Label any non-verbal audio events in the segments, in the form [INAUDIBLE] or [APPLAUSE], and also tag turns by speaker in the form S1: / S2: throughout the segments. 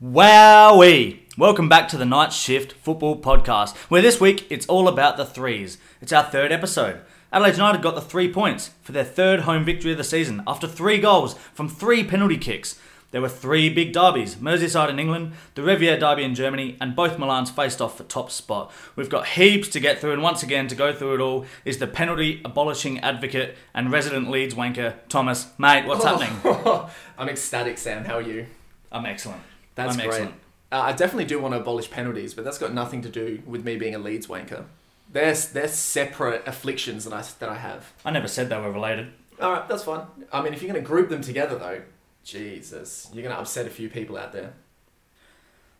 S1: Wowie! Welcome back to the Night Shift Football Podcast, where this week it's all about the threes. It's our third episode. Adelaide United got the three points for their third home victory of the season after three goals from three penalty kicks. There were three big derbies Merseyside in England, the Riviera Derby in Germany, and both Milan's faced off for top spot. We've got heaps to get through, and once again, to go through it all is the penalty abolishing advocate and resident Leeds wanker, Thomas. Mate, what's
S2: Oh.
S1: happening?
S2: [LAUGHS] I'm ecstatic, Sam. How are you?
S1: I'm excellent.
S2: That's
S1: I'm
S2: great.
S1: excellent.
S2: Uh, I definitely do want to abolish penalties, but that's got nothing to do with me being a Leeds wanker. They're, they're separate afflictions that I, that I have.
S1: I never said they were related.
S2: All right, that's fine. I mean, if you're going to group them together, though, Jesus, you're going to upset a few people out there.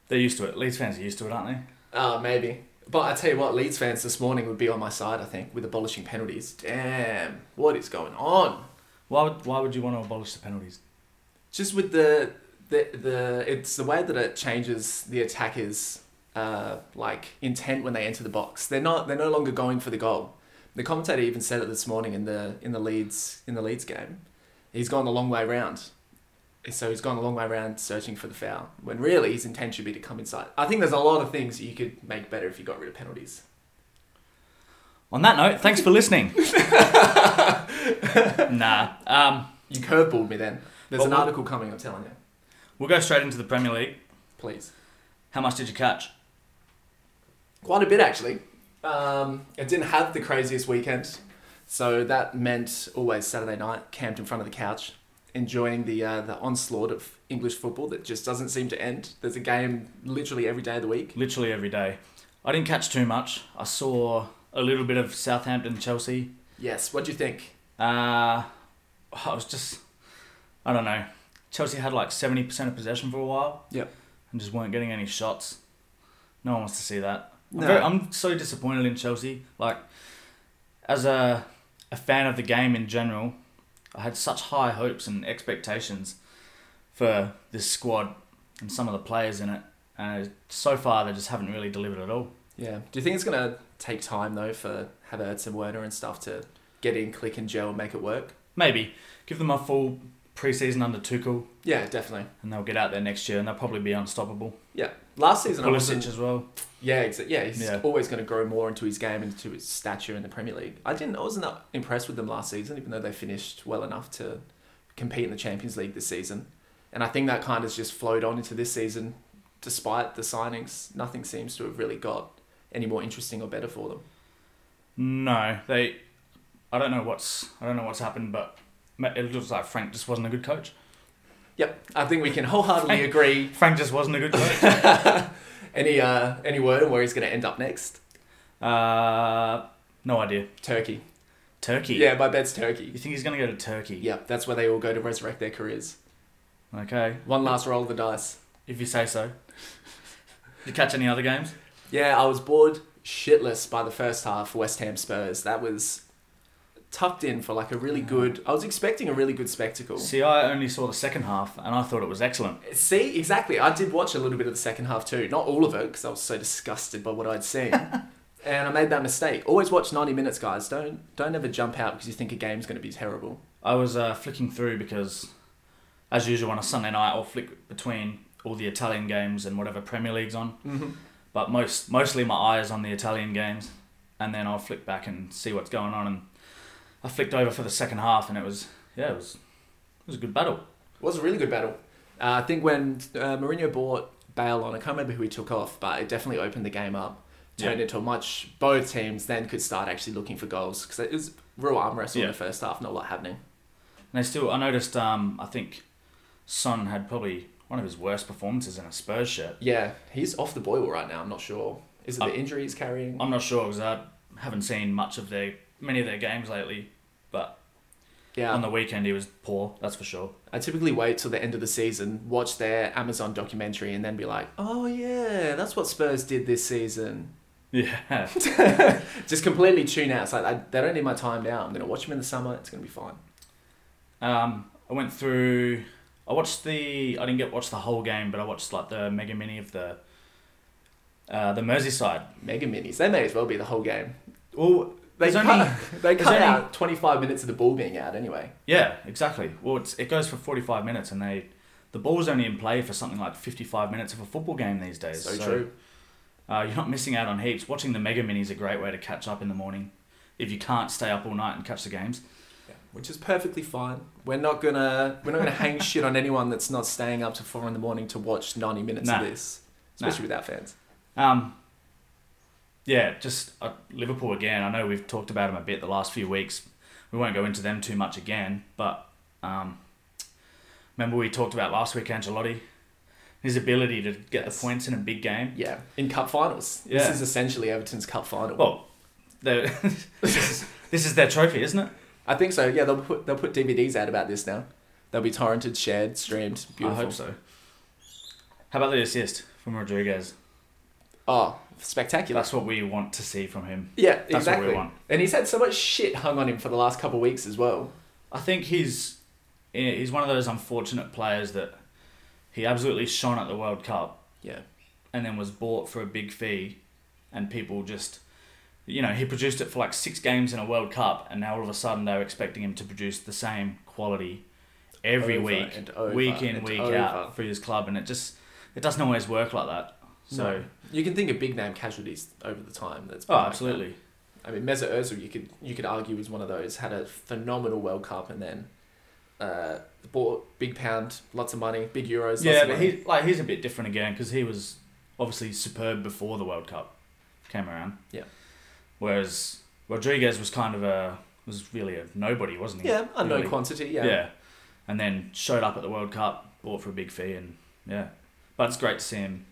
S1: They're used to it. Leeds fans are used to it, aren't they?
S2: Uh, maybe. But I tell you what, Leeds fans this morning would be on my side, I think, with abolishing penalties. Damn, what is going on?
S1: Why would, why would you want to abolish the penalties?
S2: Just with the the the it's the way that it changes the attackers uh, like intent when they enter the box. They're not they're no longer going for the goal. The commentator even said it this morning in the in the Leeds in the Leeds game. He's gone the long way round. So he's gone a long way round searching for the foul when really his intent should be to come inside. I think there's a lot of things you could make better if you got rid of penalties.
S1: On that note, thanks for listening. nah. Um,
S2: You curveballed me then. There's
S1: But
S2: an
S1: what-
S2: article coming, I'm telling you.
S1: we'll go straight into the Premier League.
S2: Please.
S1: How much did you catch?
S2: Quite a bit, actually. Um, it didn't have the craziest weekend. So that meant always Saturday night, camped in front of the couch, enjoying the, uh, the onslaught of English football that just doesn't seem to end. There's a game literally every day of the week.
S1: Literally every day. I didn't catch too much. I saw a little bit of Southampton Chelsea.
S2: Yes, what do you think?
S1: Uh, I was just, I don't know. Chelsea had like 70% of possession for a while.
S2: Yep.
S1: And just weren't getting any shots. No one wants to see that. I'm,
S2: No.
S1: very, I'm so disappointed in Chelsea. Like, as a, a fan of the game in general, I had such high hopes and expectations for this squad and some of the players in it. And so far, they just haven't really delivered at all.
S2: Yeah. Do you think it's going to take time, though, for Havertz and Werner and stuff to get in, click and gel and make it work?
S1: Maybe give them a full preseason under Tuchel,
S2: Yeah, definitely.
S1: and they'll get out there next year, and they'll probably be unstoppable.
S2: Yeah. Last season, I wasn't
S1: Pulisic as well.
S2: Yeah, exa- yeah, he's
S1: Yeah.
S2: always going to grow more into his game and into his stature in the Premier League. I didn't, I wasn't that impressed with them last season, even though they finished well enough to compete in the Champions League this season. And I think that kind of just flowed on into this season, despite the signings. Nothing seems to have really got any more interesting or better for them.
S1: No, they. I don't know what's I don't know what's happened, but ma- it looks like Frank just wasn't a good coach.
S2: Yep, I think we can [LAUGHS] wholeheartedly agree. [LAUGHS]
S1: Frank just wasn't a good coach.
S2: Any uh, any word on where he's going to end up next?
S1: uh, no idea.
S2: Turkey.
S1: Turkey.
S2: Yeah, my bet's
S1: You
S2: Turkey.
S1: think he's gonna go to Turkey?
S2: Yep, that's where they all go to resurrect their careers.
S1: Okay,
S2: One last roll of the dice.
S1: if you say so. Did you catch any other games?
S2: Yeah, I was bored shitless by the first half. West Ham Spurs. That was tucked in for like a really good. I was expecting a really good spectacle.
S1: See, I only saw the second half, and I thought it was excellent.
S2: See, exactly. I did watch a little bit of the second half too. Not all of it because I was so disgusted by what I'd seen. and I made that mistake. Always watch 90 minutes, guys. Don't don't ever jump out because you think a game's going to be terrible.
S1: I was uh, flicking through because, as usual on a Sunday night, I'll flick between all the Italian games and whatever Premier League's on. But most mostly my eye is on the Italian games, and then I'll flick back and see what's going on. And I flicked over for the second half, and it was yeah, it was it was a good battle.
S2: It was a really good battle. Uh, I think when uh, Mourinho bought Bale on, I can't remember who he took off, but it definitely opened the game up. Turned
S1: Yeah.
S2: into a much. Both teams then could start actually looking for goals because it was real arm wrestle in
S1: Yeah.
S2: the first half, not a lot happening.
S1: And I still I noticed um I think Son had probably one of his worst performances in a Spurs shirt.
S2: Yeah, he's off the boil right now. I'm not sure. Is it the
S1: Um,
S2: injury he's carrying?
S1: I'm not sure because I haven't seen much of their many of their games lately, but
S2: yeah,
S1: on the weekend he was poor. That's for sure.
S2: I typically wait till the end of the season, watch their Amazon documentary, and then be like, "Oh yeah, that's what Spurs did this season."
S1: Yeah. [LAUGHS]
S2: Just completely tune out. It's like I, they don't need my time now. I'm gonna watch them in the summer. It's gonna be fine.
S1: Um, I went through. I watched the. I didn't get watch the whole game, but I watched like the mega mini of the. Uh, the Merseyside.
S2: Mega minis. They may as well be the whole game.
S1: Well,
S2: They
S1: There's
S2: cut, they
S1: there's
S2: cut
S1: only-
S2: out 25 minutes of the ball being out anyway.
S1: yeah, exactly. Well, it's, it goes for forty five minutes, and they the ball's only in play for something like 55 minutes of a football game these days.
S2: So, true.
S1: Uh, you're not missing out on heaps. Watching the Mega Mini is a great way to catch up in the morning if you can't stay up all night and catch the games.
S2: Yeah, which is perfectly fine. We're not gonna we're not gonna [LAUGHS] hang shit on anyone that's not staying up to four in the morning to watch ninety minutes
S1: Nah.
S2: of this, especially without fans.
S1: Um, yeah, just uh, Liverpool again. I know we've talked about them a bit the last few weeks. We won't go into them too much again, but um, remember we talked about last week Ancelotti, his ability to get
S2: Yes.
S1: the points in a big game.
S2: Yeah, in cup finals. This
S1: Yeah.
S2: is essentially Everton's cup final.
S1: Well, they're- [LAUGHS] this is- this is their trophy, isn't it?
S2: I think so. Yeah, they'll put they'll put DVDs out about this now. They'll be torrented, shared, streamed. Beautiful.
S1: I hope so. How about the assist from Rodriguez?
S2: Oh, spectacular.
S1: That's what we want to see from him.
S2: yeah,
S1: That's
S2: exactly.
S1: what we want.
S2: And he's had so much shit hung on him for the last couple of weeks as well.
S1: I think he's eh, he's one of those unfortunate players that he absolutely shone at the World Cup
S2: Yeah.
S1: and then was bought for a big fee, and people just. You know, he produced it for like six games in a World Cup, and now all of a sudden they're expecting him to produce the same quality every
S2: Over
S1: week,
S2: and over
S1: week in,
S2: and
S1: week
S2: over.
S1: out for his club, and it just it doesn't always work like that. So,
S2: No. you can think of big name casualties over the time. That's been
S1: oh,
S2: like that.
S1: absolutely.
S2: I mean, Mesut Ozil, you could you could argue is one of those. Had a phenomenal World Cup and then uh, bought big pound, lots of money, big euros. lots
S1: Yeah,
S2: of
S1: but
S2: money.
S1: he like he's a bit different again because he was obviously superb before the World Cup came around.
S2: Yeah.
S1: Whereas Rodriguez was kind of a was really a nobody, wasn't he?
S2: yeah, unknown
S1: Really?
S2: quantity. Yeah.
S1: And then showed up at the World Cup, bought for a big fee, and yeah. But it's great to see him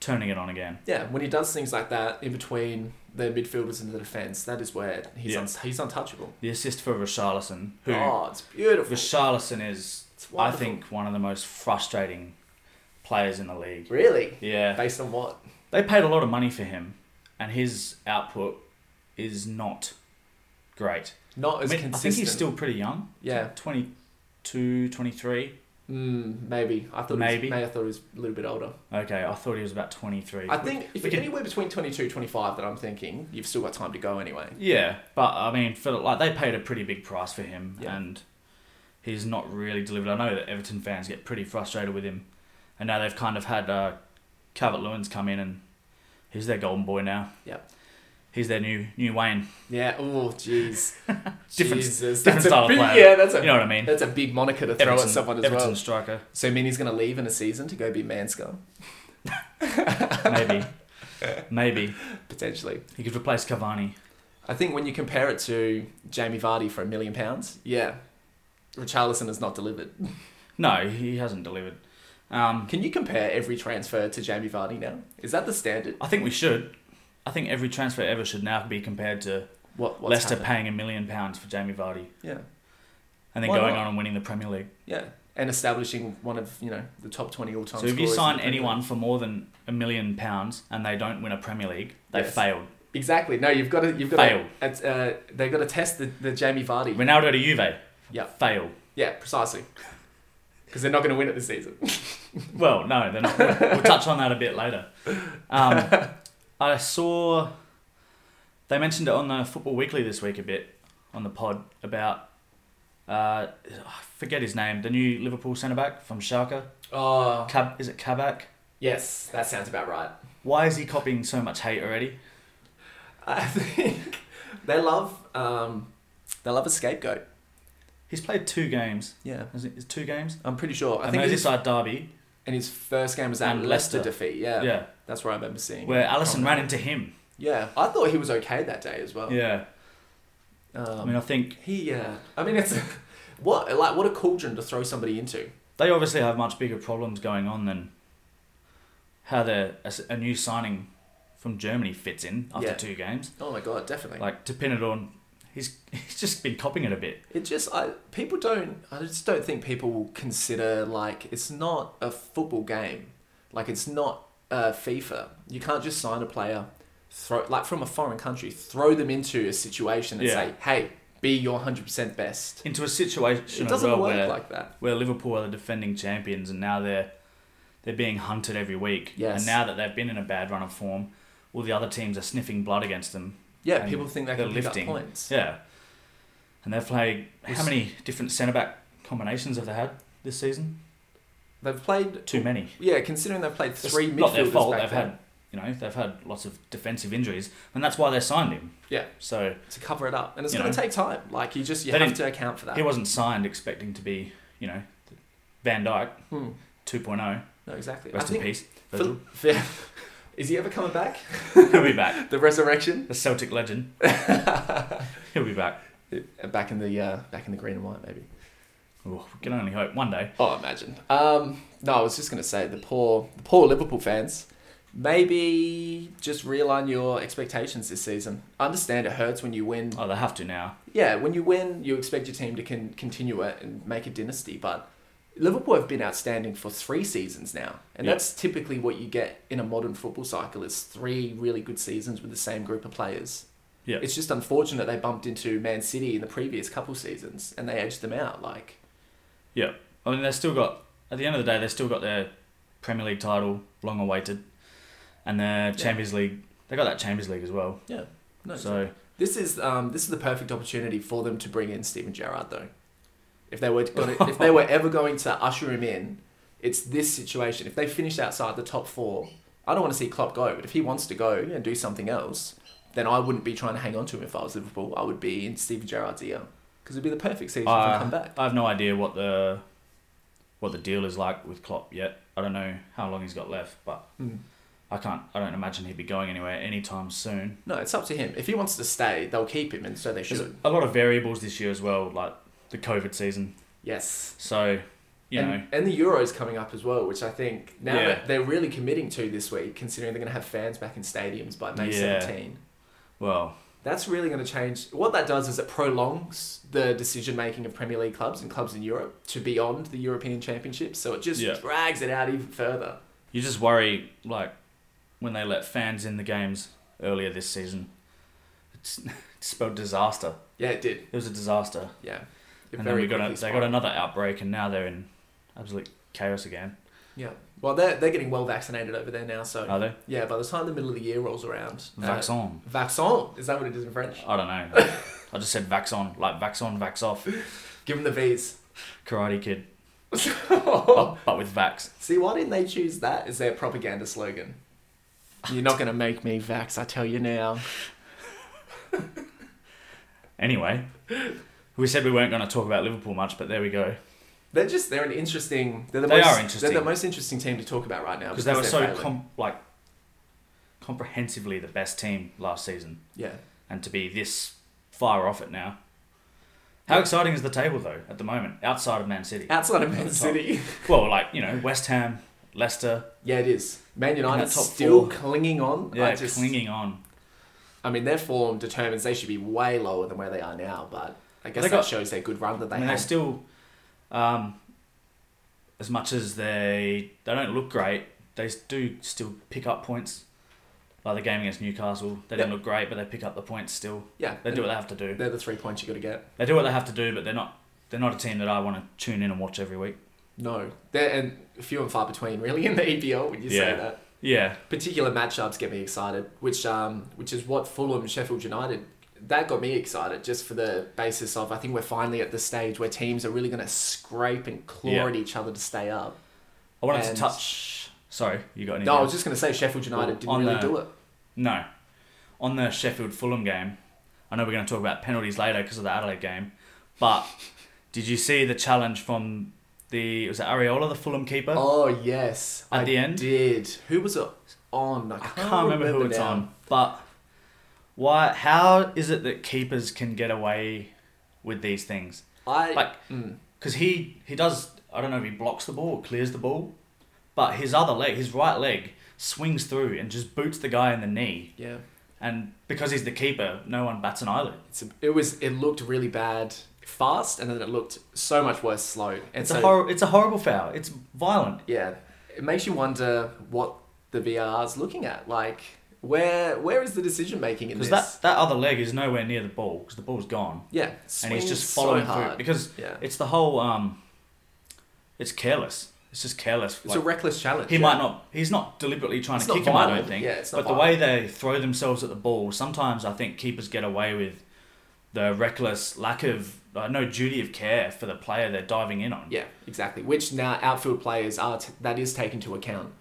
S1: turning it on again.
S2: Yeah, when he does things like that in between the midfielders and the defense, that is where he's
S1: Yeah.
S2: un- he's untouchable.
S1: The assist for Richarlison, who
S2: oh, it's beautiful.
S1: Richarlison is,
S2: It's
S1: I
S2: wonderful.
S1: think, one of the most frustrating players in the league.
S2: really
S1: Yeah.
S2: based on what?
S1: they paid a lot of money for him, and his output is not great.
S2: Not
S1: I,
S2: as
S1: mean, I
S2: consistent.
S1: think he's still pretty young.
S2: Yeah.
S1: 22, 23.
S2: Mm, maybe I thought maybe
S1: Maybe.
S2: may I thought he was a little bit older.
S1: Okay, I thought he was about 23.
S2: I think if
S1: we
S2: you're
S1: can-
S2: anywhere between 22, 25 that I'm thinking, you've still got time to go anyway.
S1: Yeah, but I mean, for like they paid a pretty big price for him,
S2: Yeah.
S1: and he's not really delivered. I know that Everton fans get pretty frustrated with him, and now they've kind of had uh, Calvert Lewin's come in, and he's their golden boy now.
S2: Yep.
S1: He's their new new Wayne.
S2: Yeah. Oh, [LAUGHS] jeez.
S1: Different- different
S2: Jesus, that's
S1: style
S2: a
S1: of
S2: big,
S1: player.
S2: Yeah, that's a
S1: You know what I mean?
S2: that's a big moniker to throw
S1: Everton,
S2: at someone as
S1: Everton
S2: well. [LAUGHS]
S1: striker.
S2: So Minnie's gonna leave in a season to go be Manska
S1: Maybe. Maybe.
S2: potentially.
S1: He could replace Cavani.
S2: I think when you compare it to Jamie Vardy for a million pounds, yeah, Richarlison has not delivered.
S1: No, he hasn't delivered. Um,
S2: Can you compare every transfer to Jamie Vardy now? Is that the standard?
S1: I think we should. I think every transfer ever should now be compared to
S2: What what's
S1: Leicester
S2: happened?
S1: paying a million pounds for Jamie Vardy
S2: Yeah,
S1: and then
S2: Why
S1: going
S2: not?
S1: on and winning the Premier League.
S2: yeah, and establishing one of you know the top twenty all time.
S1: so if you sign anyone for more than a million pounds and they don't win a Premier League, they
S2: Yes.
S1: failed.
S2: exactly, no, you've got to you've got
S1: Fail.
S2: to it's, uh, they've got to test the, the Jamie Vardy.
S1: Ronaldo to Juve.
S2: Yeah.
S1: Fail.
S2: Yeah, precisely. [LAUGHS] Because they're not going to win it this season.
S1: Well, no, they're not. We'll, we'll touch on that a bit later.
S2: [LAUGHS]
S1: Um, I saw they mentioned it on the Football Weekly this week a bit on the pod about uh, I forget his name, the new Liverpool centre back from Schalke.
S2: Oh,
S1: Cab is it Kabak?
S2: yes, that sounds about right.
S1: Why is he copying so much hate already?
S2: I [LAUGHS] think they love um, they love a scapegoat.
S1: He's played two games.
S2: Yeah,
S1: Is it is it two games?
S2: I'm pretty sure. I
S1: A
S2: think his,
S1: Merseyside derby.
S2: and his first game was that
S1: And
S2: Leicester,
S1: Leicester.
S2: defeat. Yeah,
S1: yeah,
S2: that's where I remember seeing.
S1: where
S2: him. Oh,
S1: Allison ran into him.
S2: Yeah, I thought he was okay that day as well.
S1: Yeah,
S2: Um,
S1: I mean, I think
S2: he. Yeah, I mean it's [LAUGHS] what like what a cauldron to throw somebody into.
S1: they obviously have much bigger problems going on than how the a, s- a new signing from Germany fits in after
S2: Yeah.
S1: two games.
S2: Oh my god, definitely.
S1: Like to pin it on, he's [LAUGHS] he's just been copying it a bit.
S2: It just I people don't I just don't think people consider like it's not a football game. Like it's not uh, FIFA. You can't just sign a player, throw like from a foreign country, throw them into a situation and
S1: Yeah.
S2: say, "Hey, be your hundred percent best."
S1: Into a situation
S2: It
S1: as
S2: doesn't
S1: well
S2: work
S1: where,
S2: like that.
S1: where Liverpool are the defending champions and now they're they're being hunted every week.
S2: Yes.
S1: And now that they've been in a bad run of form, all the other teams are sniffing blood against them.
S2: Yeah,
S1: and
S2: people think they
S1: they're
S2: can
S1: lifting.
S2: pick up points.
S1: Yeah. And they've played how
S2: Was-
S1: many different centre back combinations have they had this season?
S2: They've played,
S1: Too many.
S2: yeah, considering they've played three
S1: it's
S2: midfielders
S1: not their fault.
S2: back
S1: They've
S2: then
S1: had you know they've had lots of defensive injuries, and that's why they signed him.
S2: Yeah.
S1: So
S2: to cover it up, and it's
S1: You
S2: going
S1: know.
S2: to take time. Like you just you
S1: They
S2: have
S1: didn't-
S2: to account for that.
S1: he wasn't signed expecting to be you know Van Dyke
S2: Hmm.
S1: 2.0.
S2: No, exactly. I
S1: oh, Rest in
S2: think
S1: peace. Virgil.
S2: [LAUGHS] Phil- Phil- is he ever coming back?
S1: He'll be back.
S2: The resurrection.
S1: The Celtic legend.
S2: [LAUGHS]
S1: He'll be back.
S2: back in the uh, back in the green and white, maybe.
S1: Oh, we can only hope one day.
S2: Oh, imagine. Um, no, I was just going to say the poor, the poor Liverpool fans. Maybe just realign your expectations this season. I understand it hurts when you win.
S1: Oh, they have to now.
S2: Yeah, when you win, you expect your team to con- continue it and make a dynasty. But Liverpool have been outstanding for three seasons now, and
S1: Yeah.
S2: that's typically what you get in a modern football cycle: is three really good seasons with the same group of players.
S1: Yeah.
S2: it's just unfortunate they bumped into Man City in the previous couple seasons and they edged them out. Like,
S1: I mean, they've still got, at the end of the day, they've still got their Premier League title, long awaited, and their Champions League. They got that Champions League as well.
S2: no,
S1: so,
S2: This is um, this is the perfect opportunity for them to bring in Steven Gerrard, though. If they were gonna, if they were ever going to usher him in, it's this situation. If they finished outside the top four, I don't want to see Klopp go. But if he wants to go and do something else, then I wouldn't be trying to hang on to him if I was Liverpool. I would be in Steven Gerrard's ear because it'd be the perfect season for him
S1: I-
S2: to come back.
S1: I have no idea what the what the deal is like with Klopp yet. I don't know how long he's got left, but
S2: Mm.
S1: I can't. I don't imagine he'd be going anywhere anytime soon.
S2: No, it's up to him. If he wants to stay, they'll keep him, and so they
S1: There's
S2: should.
S1: a lot of variables this year as well, like the COVID season.
S2: Yes.
S1: So, you
S2: and,
S1: know,
S2: and the Euros coming up as well, which I think now
S1: Yeah.
S2: that they're really committing to this week, considering they're going to have fans back in stadiums by May
S1: Yeah.
S2: 17.
S1: well,
S2: That's really going to change. What that does is it prolongs the decision making of Premier League clubs and clubs in Europe to beyond the European Championship. So it just
S1: Yeah.
S2: drags it out even further.
S1: you just worry like when they let fans in the games earlier this season. It's, [LAUGHS] it's spelled disaster.
S2: Yeah, it did.
S1: It was a disaster.
S2: Yeah. It
S1: and then we got a,
S2: quickly
S1: they got
S2: spiraled.
S1: another outbreak, and now they're in absolute chaos again.
S2: Yeah. Well, they're, they're getting well vaccinated over there now. So,
S1: Are they?
S2: yeah, by the time the middle of the year rolls around. uh,
S1: Vaxon.
S2: Vaccin. Is that what it is in French?
S1: I don't know. I just said Vaxon, like Vaxon, Vax off,
S2: Give them the V's. [LAUGHS]
S1: Karate Kid, but, but with Vax.
S2: See, why didn't they choose that as their propaganda slogan? You're not going to make me vax, I tell you now.
S1: Anyway, we said we weren't going to talk about Liverpool much, but there we go.
S2: They're just, they're an interesting, they're the
S1: They
S2: most,
S1: are interesting.
S2: They're the most interesting team to talk about right now.
S1: Because they were
S2: they're
S1: so
S2: failing.
S1: com- like comprehensively the best team last season,
S2: yeah.
S1: and to be this far off it now. How
S2: Yeah.
S1: exciting is the table though at the moment outside of Man City?
S2: Outside of Man
S1: Top.
S2: City. [LAUGHS]
S1: Well, like you know West Ham, Leicester,
S2: Yeah, it is. Man United
S1: top
S2: still
S1: four.
S2: clinging on.
S1: yeah,
S2: I just,
S1: clinging on.
S2: I mean, their form determines they should be way lower than where they are now, but I guess
S1: They
S2: that
S1: got-
S2: shows their good run that they
S1: I mean, they're
S2: had.
S1: still, um, as much as they they don't look great, they do still pick up points. Like the game against Newcastle, they didn't
S2: Yeah.
S1: look great, but they pick up the points still.
S2: yeah.
S1: They do what they have to do.
S2: They're the three points you got to get.
S1: They do what they have to do, but they're not they're not a team that I want to tune in and watch every week.
S2: No. They're and few and far between, really, in the EPL when you
S1: Yeah.
S2: say that.
S1: Yeah,
S2: particular matchups get me excited, which um, which is what Fulham and Sheffield United that got me excited just for the basis of I think we're finally at the stage where teams are really going to scrape and claw
S1: Yeah.
S2: at each other to stay up.
S1: I wanted
S2: And-
S1: to touch. Sorry, you got any?
S2: No, I was just going to say Sheffield United
S1: Well,
S2: didn't
S1: on
S2: really
S1: the-
S2: do it.
S1: No. On the Sheffield Fulham game, I know we're going to talk about penalties later because of the Adelaide game, but did you see the challenge from the was it Areola, the Fulham keeper?
S2: Oh yes,
S1: At
S2: I
S1: the end?
S2: did. Who was it on? I
S1: I
S2: can't,
S1: can't remember who it's
S2: now.
S1: on, but why? How is it that keepers can get away with these things?
S2: I
S1: Like-
S2: mm,
S1: Because he he does. I don't know if he blocks the ball or clears the ball, but his other leg, his right leg, swings through and just boots the guy in the knee.
S2: yeah.
S1: And because he's the keeper, no one bats an eyelid.
S2: It's a, it was it looked really bad fast, and then it looked so much worse slow. And
S1: It's
S2: so,
S1: a hor- It's a horrible foul. It's violent.
S2: yeah, it makes you wonder what the VAR is looking at. Like, where where is the decision making in
S1: Because
S2: this?
S1: that, that other leg is nowhere near the ball because the ball's gone
S2: yeah,
S1: and he's
S2: swings
S1: just following
S2: so
S1: through
S2: hard.
S1: because
S2: yeah,
S1: it's the whole um, it's careless. It's just careless.
S2: it's
S1: like-
S2: a reckless challenge.
S1: He
S2: yeah.
S1: might not. He's not deliberately trying
S2: It's
S1: to
S2: not
S1: kick him. I don't
S2: violent.
S1: think.
S2: Yeah, it's not
S1: but the way they throw themselves at the ball, sometimes I think keepers get away with the reckless lack of uh, no duty of care for the player they're diving in on.
S2: Yeah, exactly. Which now outfield players are t- that is taken into account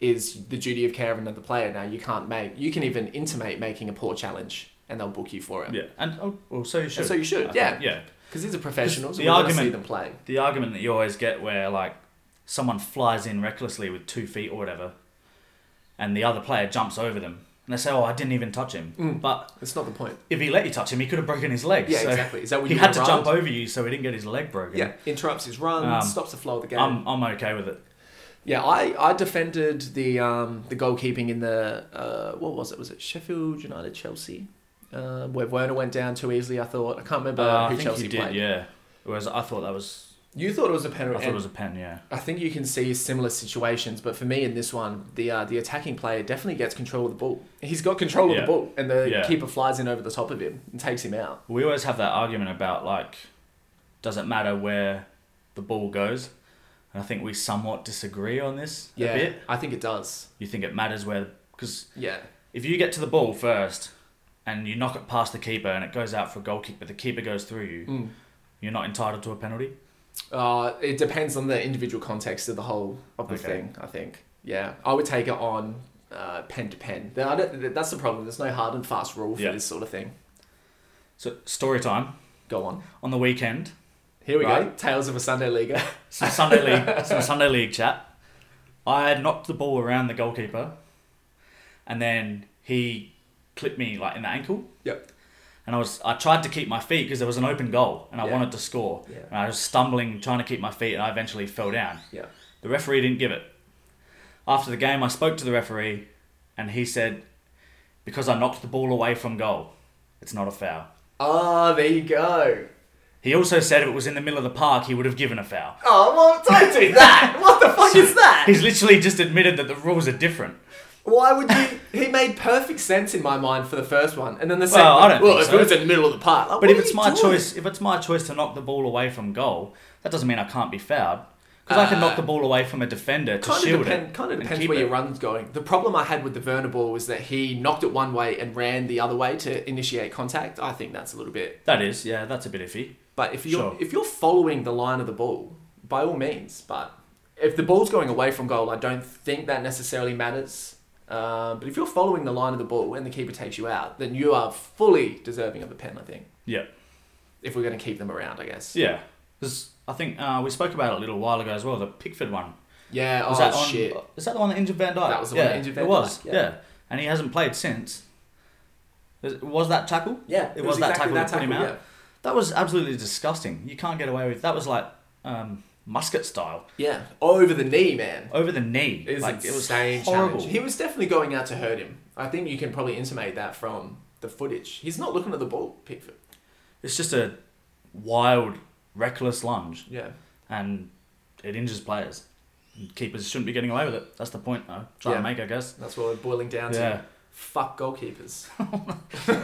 S2: is the duty of care of another player. Now you can't make you can even intimate making a poor challenge and they'll book you for it.
S1: Yeah, and oh, well, so you should.
S2: And so you should,
S1: I
S2: yeah.
S1: think, yeah.
S2: Because these are professionals.
S1: The
S2: and we wanna see
S1: argument-
S2: them play.
S1: The argument that you always get where like someone flies in recklessly with two feet or whatever, and the other player jumps over them, and they say, "Oh, I didn't even touch him." But
S2: That's not the point.
S1: if he let you touch him, he could have broken his leg.
S2: Mm. Yeah,
S1: so
S2: exactly. Is that what
S1: He
S2: you
S1: had to
S2: would've
S1: jump
S2: rather?
S1: over you so he didn't get his leg broken.
S2: Yeah, interrupts his run,
S1: Um,
S2: stops the flow of the game.
S1: I'm I'm okay with it.
S2: Yeah, I, I defended the um, the goalkeeping in the uh, what was it? Was it Sheffield United Chelsea? Uh, where Werner went down too easily, I thought. I can't remember
S1: Uh, I
S2: who
S1: think
S2: Chelsea
S1: you did.
S2: played.
S1: Yeah. Whereas I thought that was
S2: You thought it was a
S1: I
S2: penalty.
S1: thought it was a pen. Yeah.
S2: I think you can see similar situations, but for me in this one, the uh, the attacking player definitely gets control of the ball. He's got control of
S1: Yeah.
S2: the ball, and the
S1: Yeah.
S2: keeper flies in over the top of him and takes him out.
S1: We always have that argument about like, does it matter where the ball goes? And I think we somewhat disagree on this
S2: Yeah,
S1: a bit.
S2: I think it does.
S1: You think it matters where because
S2: Yeah,
S1: if you get to the ball first and you knock it past the keeper and it goes out for a goal kick, but the keeper goes through you,
S2: Mm.
S1: you're not entitled to a penalty.
S2: uh, it depends on the individual context of the whole of the
S1: Okay.
S2: thing. I think. Yeah, I would take it on uh, pen to pen. Then I don't, that's the problem. There's no hard and fast rule for
S1: Yeah.
S2: this sort of thing.
S1: So story time
S2: Go on.
S1: on the
S2: [LAUGHS]
S1: weekend,
S2: Here we go.
S1: Right.
S2: Tales of a Sunday leaguer. [LAUGHS]
S1: some Sunday league, some Sunday league chat. I knocked the ball around the goalkeeper, and then he clipped me like in the ankle.
S2: yep.
S1: and I was I tried to keep my feet because there was an open goal and I
S2: Yeah.
S1: wanted to score.
S2: Yeah.
S1: And I was stumbling trying to keep my feet and I eventually fell down.
S2: Yeah.
S1: The referee didn't give it. After the game I spoke to the referee and he said because I knocked the ball away from goal, it's not a foul.
S2: Oh, there you go.
S1: He also said if it was in the middle of the park he would have given a foul.
S2: Oh well, don't do
S1: [LAUGHS]
S2: that. what the fuck is that?
S1: He's literally just admitted that the rules are different.
S2: Why would you? He made perfect sense in my mind for the first one, and then the second.
S1: Well, I
S2: one,
S1: don't
S2: well,
S1: think
S2: if
S1: so.
S2: it was in the middle of the park.
S1: But if it's my choice, if it's my choice to knock the ball away from goal, that doesn't mean I can't be fouled because I can knock the ball away from a defender to
S2: Uh, kind
S1: shield
S2: of, depend,
S1: it.
S2: kind of
S1: and
S2: depends
S1: keep
S2: where
S1: it.
S2: your run's going. The problem I had with the Werner ball was that he knocked it one way and ran the other way to initiate contact. I think that's a little bit.
S1: That is, yeah, that's a bit iffy.
S2: But if you're
S1: Sure.
S2: if you're following the line of the ball, by all means. But if the ball's going away from goal, I don't think that necessarily matters. Uh, but if you're following the line of the ball and the keeper takes you out, then you are fully deserving of a pen. I think
S1: Yeah,
S2: if we're going to keep them around, I guess.
S1: yeah. 'Cause I think uh, we spoke about it a little while ago as well. The Pickford one.
S2: Yeah.
S1: Was
S2: oh
S1: that on,
S2: shit.
S1: Is that the one that injured Van Dyke?
S2: That was the
S1: yeah,
S2: one that injured Van
S1: It was.
S2: Dijk, yeah.
S1: Yeah. and he hasn't played since. Is- Was that tackle?
S2: Yeah.
S1: It was that tackle that put him out. That was absolutely disgusting. You can't get away with that. Was like um, musket style
S2: Yeah. yeah. Over the knee, man.
S1: over the knee.
S2: It was
S1: like it was
S2: insane
S1: horrible.
S2: challenge. He was definitely going out to hurt him. I think you can probably intimate that from the footage. He's not looking at the ball, Pickford.
S1: It's just a wild, reckless lunge,
S2: Yeah.
S1: and it injures players. Keepers shouldn't be getting away with it. That's the point I'm trying
S2: Yeah.
S1: to make, I guess.
S2: That's what we're boiling down
S1: Yeah.
S2: to. Fuck goalkeepers.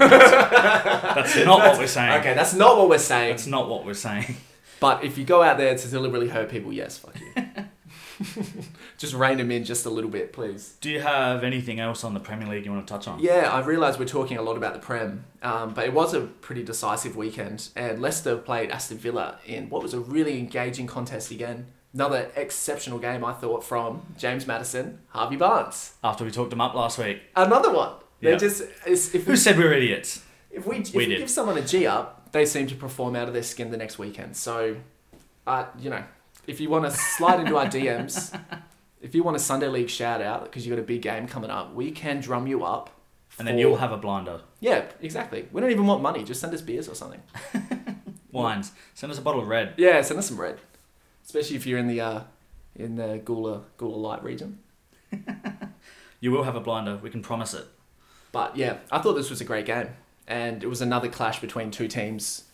S1: That's not what we're saying.
S2: [LAUGHS] Okay, that's not what we're saying.
S1: That's not what we're saying. [LAUGHS]
S2: But if you go out there to deliberately hurt people, yes, fuck
S1: [LAUGHS]
S2: you. [LAUGHS] just rein them in just a little bit, please.
S1: Do you have anything else on the Premier League you want to touch on?
S2: Yeah, I realise we're talking a lot about the Prem, um, but it was a pretty decisive weekend, and Leicester played Aston Villa in what was a really engaging contest again. Another exceptional game, I thought, from James Madison, Harvey Barnes.
S1: After we talked them up last week.
S2: Another one. They
S1: Yeah.
S2: just it's, if we,
S1: Who said we were idiots?
S2: if we, if
S1: We
S2: we,
S1: did.
S2: give someone a G up, they seem to perform out of their skin the next weekend. So, uh, you know, if you want to
S1: [LAUGHS]
S2: slide into our DMs, if you want a Sunday League shout out because you got a big game coming up, we can drum you up.
S1: And then
S2: for-
S1: you'll have a blinder.
S2: Yeah, exactly. We don't even want money. Just send us beers or something.
S1: Wines. Send us a bottle of red.
S2: Yeah, send us some red. Especially if you're in the uh, in the Gula Gula Light region.
S1: You will have a blinder. We can promise it.
S2: But yeah, I thought this was a great game, and it was another clash between two teams.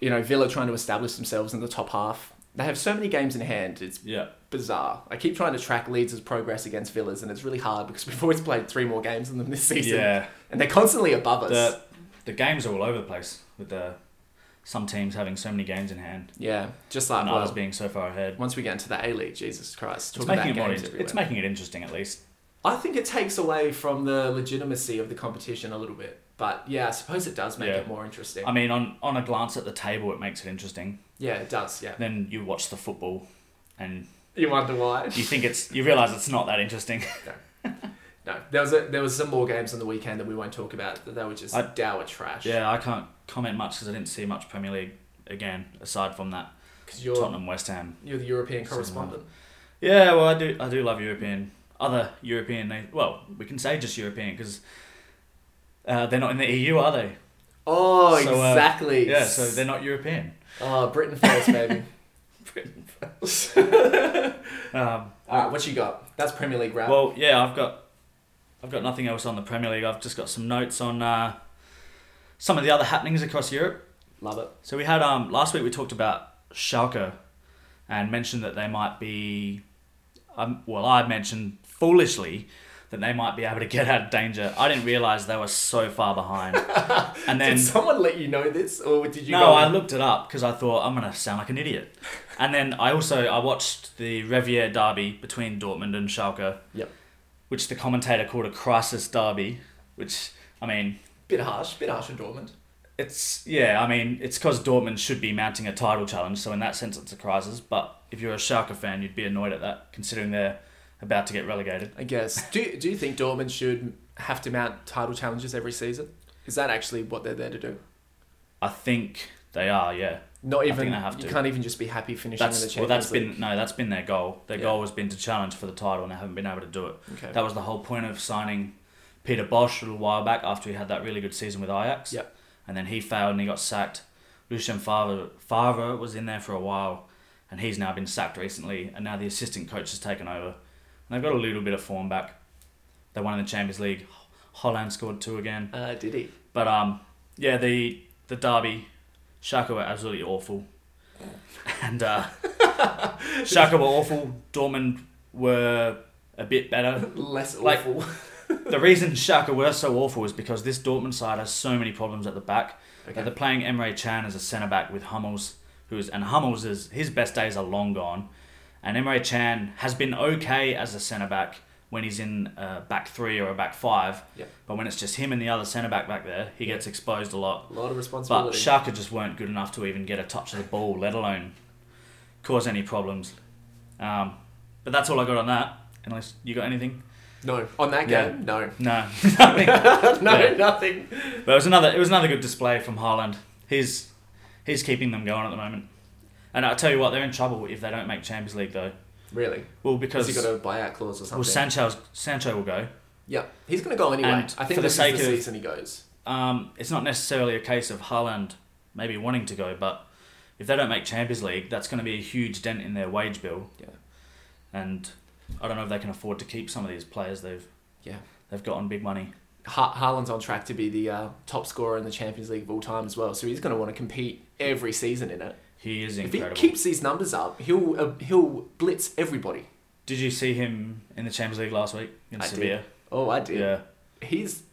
S2: You know, Villa trying to establish themselves in the top half. They have so many games in hand. It's
S1: Yeah.
S2: bizarre. I keep trying to track Leeds' progress against Villa's, and it's really hard because [LAUGHS] we've always played three more games than them this season,
S1: Yeah.
S2: and they're constantly above us.
S1: The, the games are all over the place with the some teams having so many games in hand
S2: Yeah, just like
S1: and
S2: well,
S1: others being so far ahead.
S2: once we get into the A League, Jesus Christ,
S1: It's
S2: talking about
S1: making, it more,
S2: games
S1: in-
S2: everywhere.
S1: it's making it interesting at least.
S2: I think it takes away from the legitimacy of the competition a little bit. But yeah, I suppose it does make
S1: Yeah. Um,
S2: it more interesting.
S1: I mean, on, on a glance at the table, it makes it interesting.
S2: yeah, it does. Yeah.
S1: Then you watch the football and
S2: You wonder why?
S1: you think it's, you realise it's not that
S2: [LAUGHS]
S1: interesting.
S2: No, there was a, there was some more games on the weekend that we won't talk about. That they were just
S1: I-
S2: dour trash.
S1: yeah, I can't comment much because I didn't see much Premier League again, aside from that
S2: because you're
S1: Tottenham West Ham.
S2: you're the European
S1: Second
S2: correspondent.
S1: Yeah, well, I do. I do love European. Other European, na- well, we can say just European because uh, they're not in the EU, are they?
S2: Oh,
S1: So, uh,
S2: exactly.
S1: Yeah, so they're not European.
S2: Oh, Britain first,
S1: [LAUGHS]
S2: maybe.
S1: Um,
S2: All right, what you got? That's Premier League wrap.
S1: well, yeah, I've got, I've got nothing else on the Premier League. I've just got some notes on uh, some of the other happenings across Europe.
S2: Love it.
S1: So we had um last week we talked about Schalke, and mentioned that they might be, um, well, I mentioned foolishly. That they might be able to get out of danger. I didn't realize they were so far
S2: [LAUGHS]
S1: behind, and then
S2: did someone let you know this, or did you?
S1: no,
S2: go
S1: I looked it up because I thought I'm gonna sound like an idiot. and then I also I watched the Revier derby between Dortmund and Schalke.
S2: Yep.
S1: Which the commentator called a crisis derby, which I mean,
S2: Bit harsh. Bit harsh on Dortmund.
S1: it's yeah, I mean, it's because Dortmund should be mounting a title challenge, so in that sense it's a crisis. But if you're a Schalke fan, you'd be annoyed at that, considering they're about to get relegated.
S2: I guess. Do Do you think Dortmund should have to mount title challenges every season? Is that actually what they're there to do?
S1: I think they are, yeah.
S2: Not
S1: think
S2: even
S1: they have
S2: you
S1: to.
S2: can't even just be happy finishing in the
S1: That's well,
S2: Champions
S1: that's
S2: League.
S1: been no, that's been their goal. Their
S2: Yeah.
S1: goal has been to challenge for the title, and they haven't been able to do it.
S2: Okay.
S1: That was the whole point of signing Peter Bosch a little while back after he had that really good season with Ajax.
S2: Yep.
S1: And then he failed and he got sacked. Lucien Favre, Favre was in there for a while and he's now been sacked recently and now the assistant coach has taken over. And they've got a little bit of form back. They won in the Champions League. Holland scored two again.
S2: Uh, did he?
S1: But um yeah, the the derby, Schalke were absolutely awful. [LAUGHS] And uh [LAUGHS] Schalke were awful. Dortmund were a bit better
S2: Less
S1: Like- [LAUGHS]
S2: awful.
S1: the reason Schalke were so awful is because this Dortmund side has so many problems at the back. Like, They're playing Emre Chan as a centre back with Hummels, who's and Hummels is his best days are long gone, and Emre Chan has been okay as a centre back when he's in a back three or a back five,
S2: Yeah.
S1: but when it's just him and the other centre back back there, he gets exposed a lot.
S2: A lot of
S1: But
S2: responsibility.
S1: Schalke just weren't good enough to even get a touch of the ball, let alone cause any problems. Um, but that's all I got on that. Unless you got anything?
S2: no, on that
S1: Yeah.
S2: game, no, [LAUGHS]
S1: No, [LAUGHS] nothing.
S2: no,
S1: Yeah.
S2: nothing.
S1: But it was another it was another good display from Haaland. He's he's keeping them going at the moment. And I'll tell you what, they're in trouble if they don't make Champions League though.
S2: Really?
S1: Well,
S2: Because
S1: because
S2: he got a buyout clause or something.
S1: well, Sancho's, Sancho will go.
S2: yeah, he's going to go anyway.
S1: And
S2: I think
S1: for the
S2: this
S1: sake
S2: is
S1: of-
S2: the season he goes.
S1: Um, it's not necessarily a case of Haaland maybe wanting to go, but if they don't make Champions League, that's going to be a huge dent in their wage bill.
S2: Yeah.
S1: And I don't know if they can afford to keep some of these players they've
S2: Yeah.
S1: they've got on big money.
S2: Ha- Haaland's on track to be the uh, top scorer in the Champions League of all time as well, so he's going to want to compete every season in it.
S1: He is
S2: If
S1: incredible.
S2: he keeps these numbers up, he'll uh, he'll blitz everybody.
S1: Did you see him in the Champions League last week in
S2: I did.
S1: Sevilla?
S2: Oh, I did.
S1: Yeah,
S2: He's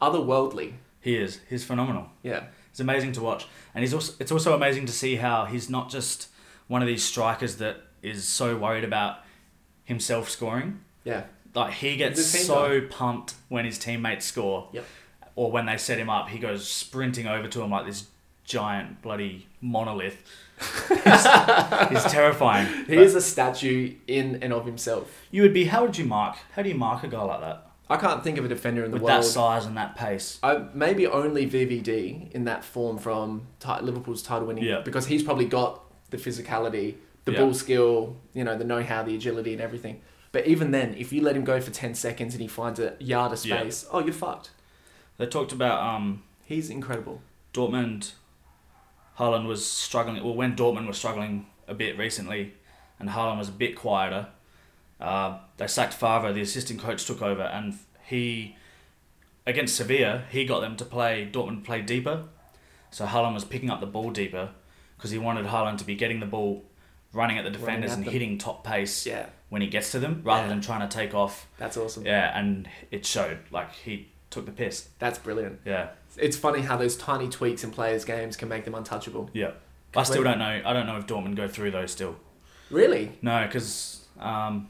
S2: otherworldly.
S1: he is. He's phenomenal.
S2: Yeah,
S1: It's amazing to watch, and he's also it's also amazing to see how he's not just one of these strikers that is so worried about himself scoring.
S2: yeah,
S1: Like he gets
S2: The team
S1: so pumped when his teammates score,
S2: Yep.
S1: or when they set him up, he goes sprinting over to him like this giant bloody
S2: [LAUGHS]
S1: monolith. he's, he's terrifying.
S2: he
S1: But
S2: is a statue in and of himself.
S1: You would be. How would you mark? How do you mark a guy like that
S2: I can't think of a defender in the
S1: with that
S2: world
S1: size and that pace?
S2: I maybe only VVD in that form from ti- Liverpool's title winning
S1: Yeah.
S2: because he's probably got the physicality, the
S1: Yeah.
S2: ball skill, you know, the know how, the agility, and everything. But even then, if you let him go for ten seconds and he finds a yard of
S1: Yeah.
S2: space, oh, you're fucked.
S1: They talked about um,
S2: He's incredible.
S1: Dortmund, Haaland was struggling. Well, when Dortmund was struggling a bit recently, and Haaland was a bit quieter, uh, they sacked Favre. The assistant coach took over, and he, against Sevilla, he got them to play Dortmund to play deeper. So Haaland was picking up the ball deeper because he wanted Haaland to be getting the ball, running at the defenders
S2: at
S1: and
S2: them.
S1: hitting top pace
S2: Yeah,
S1: when he gets to them, rather
S2: Yeah.
S1: than trying to take off.
S2: that's awesome.
S1: Yeah, and it showed. Like he took the piss.
S2: That's brilliant.
S1: Yeah.
S2: It's funny how those tiny tweaks in players' games can make them untouchable.
S1: Yeah. I still don't know. I don't know if Dortmund go through though. Still,
S2: Really?
S1: no, because um,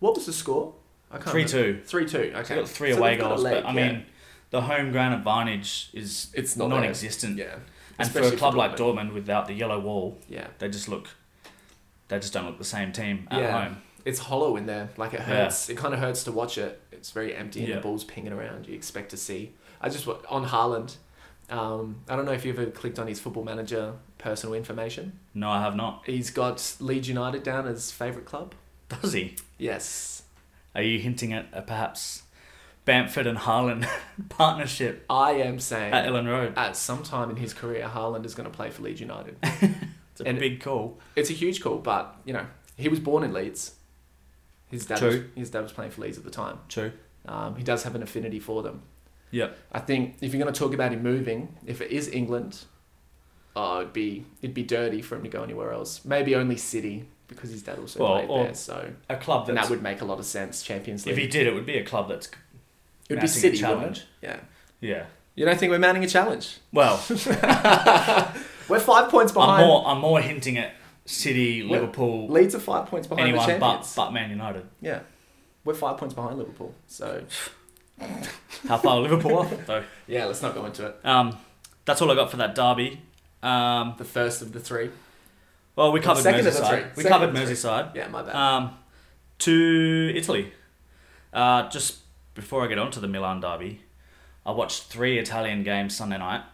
S2: What was the score? I can't.
S1: three two.
S2: Three two. Okay.
S1: They got three
S2: So
S1: away
S2: they've got a
S1: goals,
S2: leg,
S1: but I
S2: yeah.
S1: mean, the home ground advantage is
S2: It's not there.
S1: non-existent.
S2: Yeah.
S1: And for
S2: Especially
S1: a club like Dortmund without the yellow wall,
S2: Yeah.
S1: they just look, they just don't look the same team at
S2: Yeah.
S1: home.
S2: It's hollow in there. Like it
S1: Yeah.
S2: hurts. It kind of hurts to watch it. It's very empty and
S1: Yeah.
S2: the ball's pinging around. You expect to see. I just wa- on Haaland. Um, I don't know if you ever clicked on his football manager personal information.
S1: No, I have not. [LAUGHS]
S2: He's got Leeds United down as favourite club.
S1: Does he?
S2: Yes.
S1: Are you hinting at a perhaps Bamford and Haaland [LAUGHS] partnership
S2: I am saying
S1: at Ellen Road?
S2: at some time in his career, Haaland is going to play for Leeds United.
S1: [LAUGHS] It's a
S2: and-
S1: big call.
S2: It's a huge call, but you know he was born in Leeds. His dad, was,
S1: True.
S2: his dad was playing for Leeds at the time.
S1: True.
S2: Um, he does have an affinity for them.
S1: Yep.
S2: I think if you're going to talk about him moving, if it is England, oh, it'd be it'd be dirty for him to go anywhere else. Maybe only City because his dad also
S1: Well,
S2: played
S1: or-
S2: there. So
S1: A club
S2: and
S1: that's,
S2: that would make a lot of sense. Champions
S1: if
S2: League.
S1: he did, it would be a club that's
S2: it would be
S1: mounting a
S2: City. Challenge.
S1: challenge.
S2: Yeah.
S1: yeah.
S2: You don't think we're mounting a challenge?
S1: Well,
S2: We're five points
S1: I'm
S2: behind.
S1: more I'm more hinting at City,
S2: Well,
S1: Liverpool,
S2: Leeds are five points behind the
S1: anyone but
S2: champions.
S1: but Man United.
S2: Yeah. We're five points behind Liverpool. So,
S1: How far are Liverpool off though?
S2: yeah, let's not go into it.
S1: Um, that's all I got for that derby. Um,
S2: The first of the three.
S1: well, we covered
S2: Second of the three.
S1: Merseyside. We
S2: Second
S1: covered
S2: of the three.
S1: Merseyside.
S2: Yeah, my bad.
S1: Um, to Italy. Uh, just before I get on to the Milan derby, I watched three Italian games Sunday night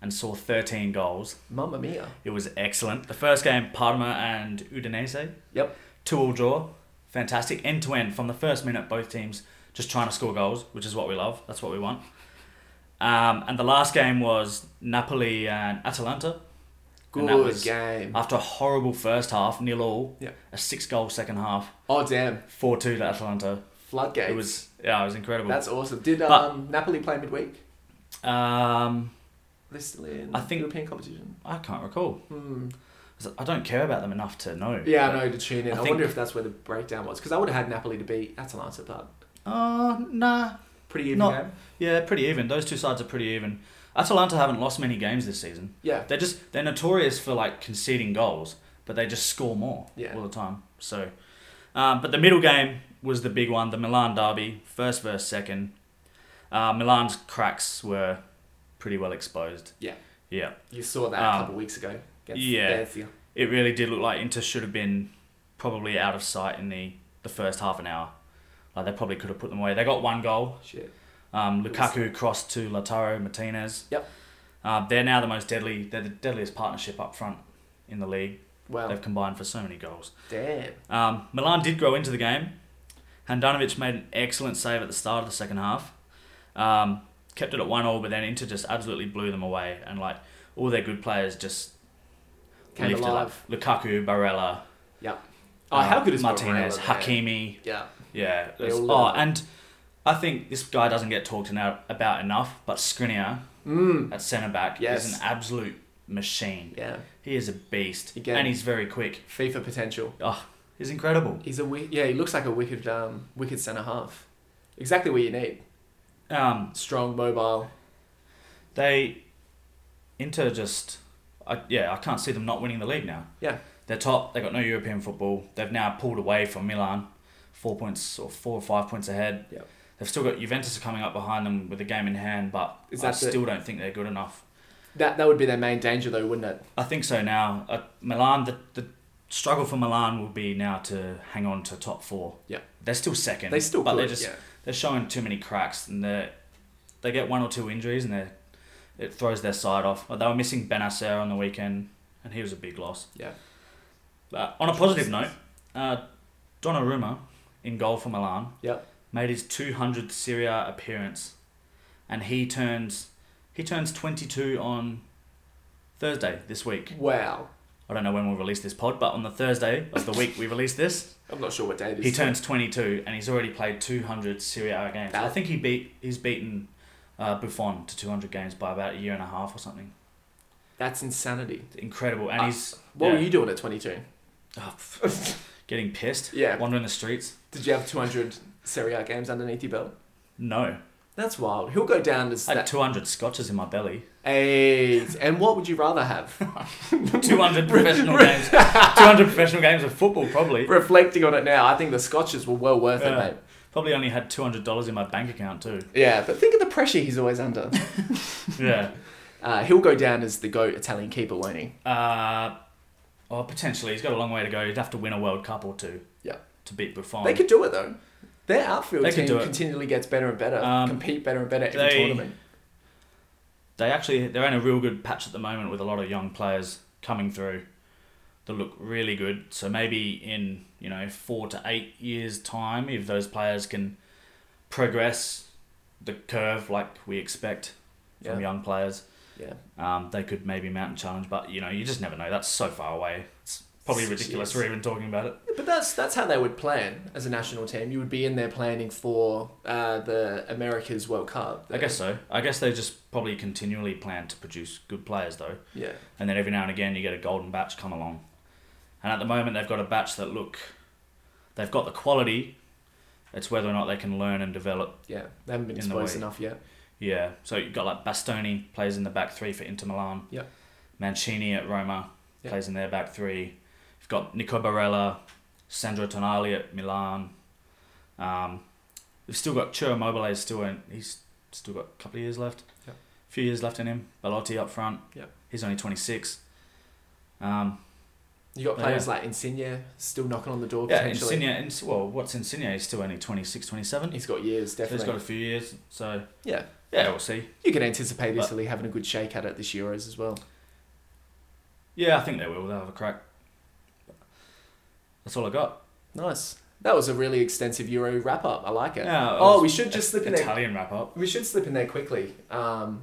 S1: and saw 13 goals.
S2: Mamma mia.
S1: It was excellent. The first game, Parma and Udinese.
S2: Yep.
S1: Two all draw. Fantastic. End to end. From the first minute, both teams just trying to score goals, which is what we love. That's what we want. Um, and the last game was Napoli and Atalanta.
S2: Good
S1: And that was-
S2: game.
S1: After a horrible first half, nil all,
S2: Yeah.
S1: a six goal second half,
S2: Oh, damn.
S1: 4 2 to Atalanta.
S2: Floodgates.
S1: It was yeah, it was incredible.
S2: That's awesome. Did
S1: But-
S2: um, Napoli play midweek?
S1: um,
S2: They're still in
S1: I think-
S2: European competition.
S1: I can't recall.
S2: Hmm.
S1: 'Cause I don't care about them enough to know.
S2: Yeah, I
S1: But-
S2: know to tune in.
S1: I
S2: I,
S1: think-
S2: wonder if that's where the breakdown was because I would have had Napoli to beat Atalanta, but
S1: Uh, nah.
S2: pretty even
S1: Not-
S2: game.
S1: Yeah, pretty even. Those two sides are pretty even. Atalanta haven't lost many games this season.
S2: Yeah,
S1: They're just they're notorious for like conceding goals, but they just score more
S2: Yeah.
S1: all the time. So, um, but the middle game was the big one, the Milan derby, first versus second. Uh, Milan's cracks were pretty well exposed.
S2: Yeah.
S1: Yeah.
S2: you saw that a
S1: Um,
S2: couple of weeks ago. Against
S1: yeah.
S2: Venezia.
S1: it really did look like Inter should have been probably out of sight in the, the first half an hour. Like they probably could have put them away. They got one goal.
S2: Shit.
S1: Um,
S2: It was-
S1: Lukaku crossed to Lautaro Martinez.
S2: Yep.
S1: Uh, they're now the most deadly. They're the deadliest partnership up front in the league.
S2: Wow.
S1: They've combined for so many goals.
S2: Damn.
S1: Um, Milan did grow into the game. Handanovic made an excellent save at the start of the second half. Um, kept it at one all, but then Inter just absolutely blew them away, and like all their good players just
S2: Came
S1: lifted up.
S2: alive.
S1: Lukaku, Barella.
S2: Oh,
S1: Uh,
S2: how good is
S1: Martinez,
S2: Barella, man?
S1: Hakimi?
S2: Yeah.
S1: Yeah.
S2: They
S1: it's-
S2: all
S1: oh,
S2: look-
S1: and I think this guy doesn't get talked eno- about enough, but Skriniar
S2: Mm.
S1: at centre back is
S2: Yes.
S1: an absolute machine.
S2: Yeah.
S1: He is a beast,
S2: Again.
S1: and he's very quick. Oh,
S2: FIFA potential.
S1: He's incredible.
S2: He's a wi- yeah. He looks like a wicked um wicked centre half. Exactly what you need.
S1: Um,
S2: Strong, mobile.
S1: they Inter just, I, yeah, I can't see them not winning the league now.
S2: Yeah.
S1: They're top. They got no European football. They've now pulled away from Milan, four points or four or five points ahead.
S2: Yep.
S1: They've still got Juventus coming up behind them with a game in hand, but
S2: Is
S1: I
S2: that the-
S1: still don't think they're good enough.
S2: That that would be their main danger though, wouldn't it?
S1: I think so now. Uh, Milan, the, the struggle for Milan will be now to hang on to top four.
S2: Yeah.
S1: They're still second.
S2: They still
S1: but
S2: could.
S1: they're just
S2: yeah.
S1: they're showing too many cracks and they they get one or two injuries and they it throws their side off. Like, they were missing Benacer on the weekend and he was a big loss.
S2: Yeah.
S1: But on a positive note, uh, Donnarumma in goal for Milan.
S2: Yeah.
S1: Made his 200th Serie A appearance, and he turns he turns 22 on Thursday this week.
S2: Wow.
S1: I don't know when we'll release this pod, but on the Thursday of the week we release this,
S2: I'm not sure what date it is.
S1: he turns 22 and he's already played 200 Serie A games. I think he beat he's beaten uh, Buffon to 200 games by about a year and a half or something.
S2: That's insanity.
S1: Incredible, and
S2: Ah,
S1: he's
S2: What
S1: yeah.
S2: were you doing at 22?
S1: Oh, pff. getting pissed,
S2: Yeah.
S1: wandering the streets.
S2: Did you have 200 Serie A games underneath your belt?
S1: No,
S2: That's wild. He'll go down as
S1: I had
S2: that.
S1: 200 scotches in my
S2: [LAUGHS]
S1: belly.
S2: Hey, and what would you rather have?
S1: [LAUGHS] 200 professional games, 200 professional games of football probably.
S2: Reflecting on it now, I think the Scotches were well worth
S1: Yeah.
S2: it, mate.
S1: Probably only had two hundred dollars in my bank account too.
S2: Yeah, but think of the pressure he's always under.
S1: [LAUGHS]
S2: [LAUGHS]
S1: Yeah.
S2: Uh, he'll go down as the GOAT Italian keeper, won't he?
S1: Uh, well, potentially he's got a long way to go. He'd have to win a World Cup or two.
S2: Yeah.
S1: To beat Buffon.
S2: They could do it, though. Their outfield
S1: They could
S2: team
S1: do it.
S2: continually gets better and better,
S1: Um,
S2: compete better and better every
S1: they-
S2: tournament.
S1: they actually they're in a real good patch at the moment with a lot of young players coming through that look really good. So maybe in you know four to eight years time, if those players can progress the curve like we expect
S2: Yeah.
S1: from young players,
S2: Yeah.
S1: um, they could maybe mount and challenge. But you know you just never know. That's so far away. It's probably
S2: Six
S1: ridiculous
S2: years.
S1: we're even talking about it.
S2: But that's that's how they would plan as a national team. You would be in there planning for uh, the Americas World Cup.
S1: I guess so. I guess they just probably continually plan to produce good players though.
S2: Yeah.
S1: and then every now and again you get a golden batch come along. And at the moment they've got a batch that look, they've got the quality. It's whether or not they can learn and develop.
S2: Yeah. They haven't been
S1: In the
S2: exposed
S1: way.
S2: enough yet.
S1: Yeah. So you've got like Bastoni plays in the back three for Inter Milan.
S2: Yep.
S1: Mancini at Roma
S2: Yep.
S1: plays in their back three. You've got Nico Barella, Sandro Tonali at Milan. Um, we've still got Chiro Mobile is still in. He's still got a couple of years left.
S2: Yep.
S1: A few years left in him. Belotti up front.
S2: Yep.
S1: He's only twenty six. Um,
S2: You got
S1: They
S2: players like Insigne still knocking on the door
S1: Yeah,
S2: potentially.
S1: Insigne, Ins- well, what's Insigne? He's still only 26, 27.
S2: He's got years,
S1: So he's
S2: definitely.
S1: got a few years. So,
S2: Yeah.
S1: yeah, we'll see.
S2: You could anticipate
S1: But-
S2: Italy having a good shake at it this Euros as well.
S1: Yeah, I think they will. They'll have a crack. That's all I got.
S2: Nice. That was a really extensive Euro wrap up. I like it.
S1: Yeah, it
S2: oh,
S1: was
S2: we should just slip in there.
S1: Italian wrap up.
S2: We should slip in there quickly. Um,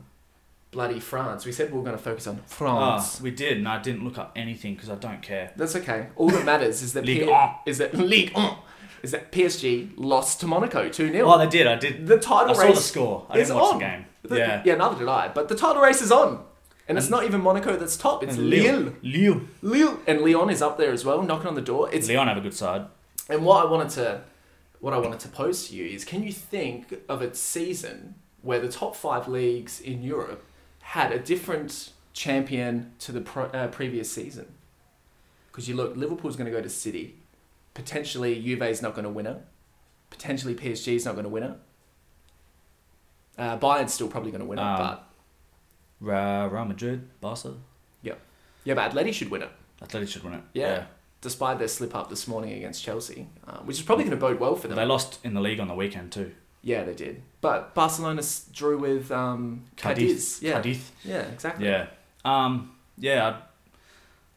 S2: bloody France. We said we were going to focus on
S1: Ah,
S2: France.
S1: we did, and I didn't look up anything because I don't care.
S2: That's okay. All that matters is that
S1: Ligue
S2: P-
S1: un.
S2: is that Ligue 1 is that PSG lost to Monaco 2 0.
S1: Oh, they did. I did.
S2: the title
S1: I saw the
S2: race
S1: score. I
S2: is
S1: didn't watch
S2: on.
S1: the game.
S2: The-
S1: yeah.
S2: yeah, neither did I. But the title race is on. And it's not even Monaco that's top, it's
S1: And
S2: Lille.
S1: Lille.
S2: Lille. And Lyon is up there as well, knocking on the door. It's
S1: Leon have a good side.
S2: And what I wanted to what I wanted to pose to you is can you think of a season where the top 5 leagues in Europe had a different champion to the pro, uh, previous season? Cuz you look Liverpool's going to go to City. Potentially Juve's not going to win it. Potentially PSG's not going to win it. Uh, Bayern's still probably going to win it,
S1: Um,
S2: but
S1: Ra- Real Madrid, Barca.
S2: yeah, but Atleti should win it.
S1: Atletico should win it.
S2: Yeah. Despite their slip up this morning against Chelsea, uh, which is probably going to bode well for
S1: But
S2: them.
S1: They lost in the league on the weekend too.
S2: Yeah, they did. But Barcelona s- drew with um, Cadiz.
S1: Cadiz.
S2: Yeah,
S1: Cadiz.
S2: yeah, exactly.
S1: Yeah. Um, yeah,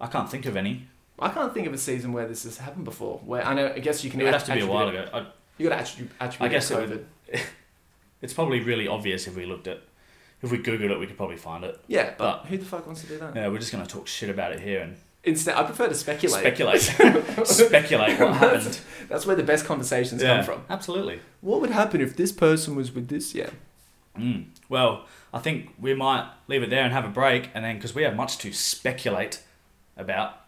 S1: I, I can't think of any.
S2: I can't think of a season where this has happened before. Where I know, I guess you can.
S1: It would
S2: att-
S1: have to be a while
S2: attribute
S1: ago. I,
S2: it- You got to attribute, attribute.
S1: I guess
S2: it
S1: it
S2: to COVID.
S1: would- it's probably really obvious if we looked at, if we googled it, we could probably find it.
S2: Yeah, but,
S1: but-
S2: who the fuck wants to do that?
S1: Yeah, we're just gonna talk shit about it here and
S2: Instead, I prefer to speculate. [LAUGHS]
S1: speculate, [LAUGHS] speculate what happened.
S2: That's where the best conversations
S1: Yeah,
S2: come from.
S1: absolutely.
S2: What would happen if this person was with this? Yeah.
S1: Mm. Well, I think we might leave it there and have a break, and then because we have much to speculate about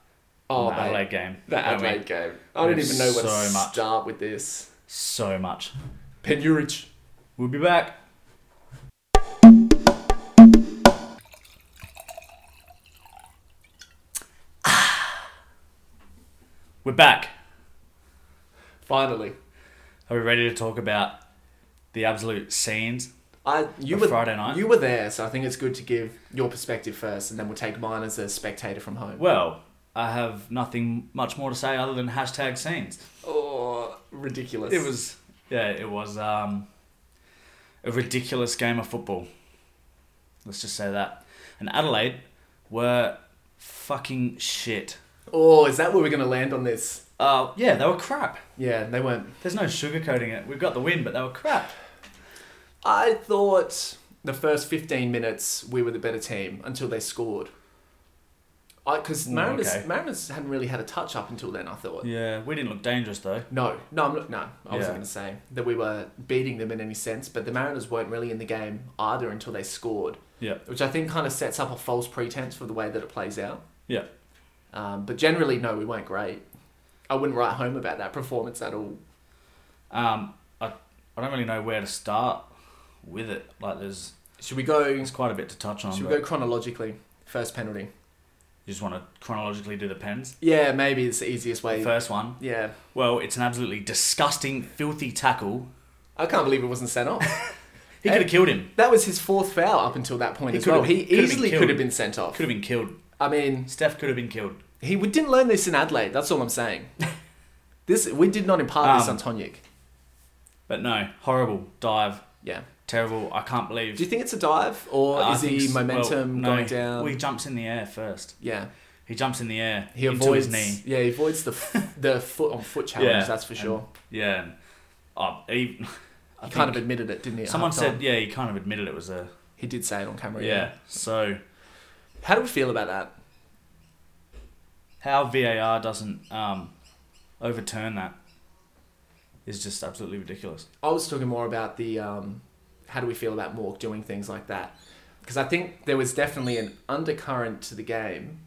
S1: the
S2: Oh, mate,
S1: Adelaide game,
S2: that
S1: don't we?
S2: Adelaide game. I don't
S1: There's
S2: even know where to
S1: so much.
S2: start with this.
S1: so much.
S2: Penurich.
S1: We'll be back. Ah. We're back.
S2: Finally,
S1: Are we ready to talk about the absolute scenes?
S2: I you
S1: Of
S2: were
S1: Friday night?
S2: You were there, so I think it's good to give your perspective first, and then we'll take mine as a spectator from home.
S1: Well, I have nothing much more to say other than hashtag scenes.
S2: Oh, ridiculous!
S1: It was, yeah, it was um, a ridiculous game of football. Let's just say that. And Adelaide were fucking shit.
S2: Oh, is that where we're gonna land on this?
S1: Uh, yeah, they were crap.
S2: Yeah, they weren't.
S1: There's no sugarcoating it. We've got the win, but they were crap.
S2: I thought the first fifteen minutes we were the better team until they scored. Because
S1: Mm,
S2: Mariners,
S1: okay.
S2: Mariners hadn't really had a touch up until then. I thought.
S1: Yeah, we didn't look dangerous though.
S2: No, no, I'm not, no. I wasn't
S1: Yeah.
S2: going to say that we were beating them in any sense, but the Mariners weren't really in the game either until they scored.
S1: Yeah.
S2: which I think kind of sets up a false pretense for the way that it plays out.
S1: Yeah.
S2: Um, but generally, no, we weren't great. I wouldn't write home about that performance at all.
S1: Um, I, I don't really know where to start with it. Like, there's
S2: Should we go?
S1: there's quite a bit to touch on.
S2: Should we
S1: but-
S2: go chronologically? First penalty.
S1: You just want to chronologically do the pens.
S2: Yeah, maybe it's the easiest
S1: The
S2: way.
S1: first one.
S2: Yeah.
S1: Well, it's an absolutely disgusting, filthy tackle.
S2: I can't believe it wasn't sent off.
S1: He could have killed him.
S2: [LAUGHS] that was his fourth foul up until that point
S1: He
S2: as
S1: could've-
S2: well. He
S1: could've been
S2: easily
S1: killed.
S2: could have been sent off.
S1: Could have been killed.
S2: I mean,
S1: Steph could have been killed.
S2: he we didn't learn this in Adelaide. That's all I'm [LAUGHS] saying. this we did not impart this on
S1: Um,
S2: Tonyuk.
S1: But no, horrible dive.
S2: Yeah.
S1: Terrible. I can't believe.
S2: Do you think it's a dive or
S1: I
S2: is
S1: think
S2: he
S1: s- well,
S2: momentum
S1: no.
S2: going down?
S1: Well, he jumps in the air first.
S2: yeah.
S1: He jumps in the air.
S2: He
S1: into
S2: avoids
S1: his knee.
S2: Yeah, he avoids
S1: [LAUGHS]
S2: the f- the foot on foot challenge.
S1: Yeah,
S2: That's for
S1: and
S2: sure.
S1: Yeah. and- Oh, he, [LAUGHS]
S2: He
S1: I
S2: kind of
S1: think-
S2: admitted it, didn't he? at
S1: someone
S2: halftime?
S1: said, yeah, he kind of admitted it was a.
S2: he did say it on camera.
S1: yeah. So.
S2: How do we feel about that?
S1: how VAR doesn't um, overturn that is just absolutely ridiculous.
S2: I was talking more about the um, how do we feel about Mork doing things like that? Because I think there was definitely an undercurrent to the game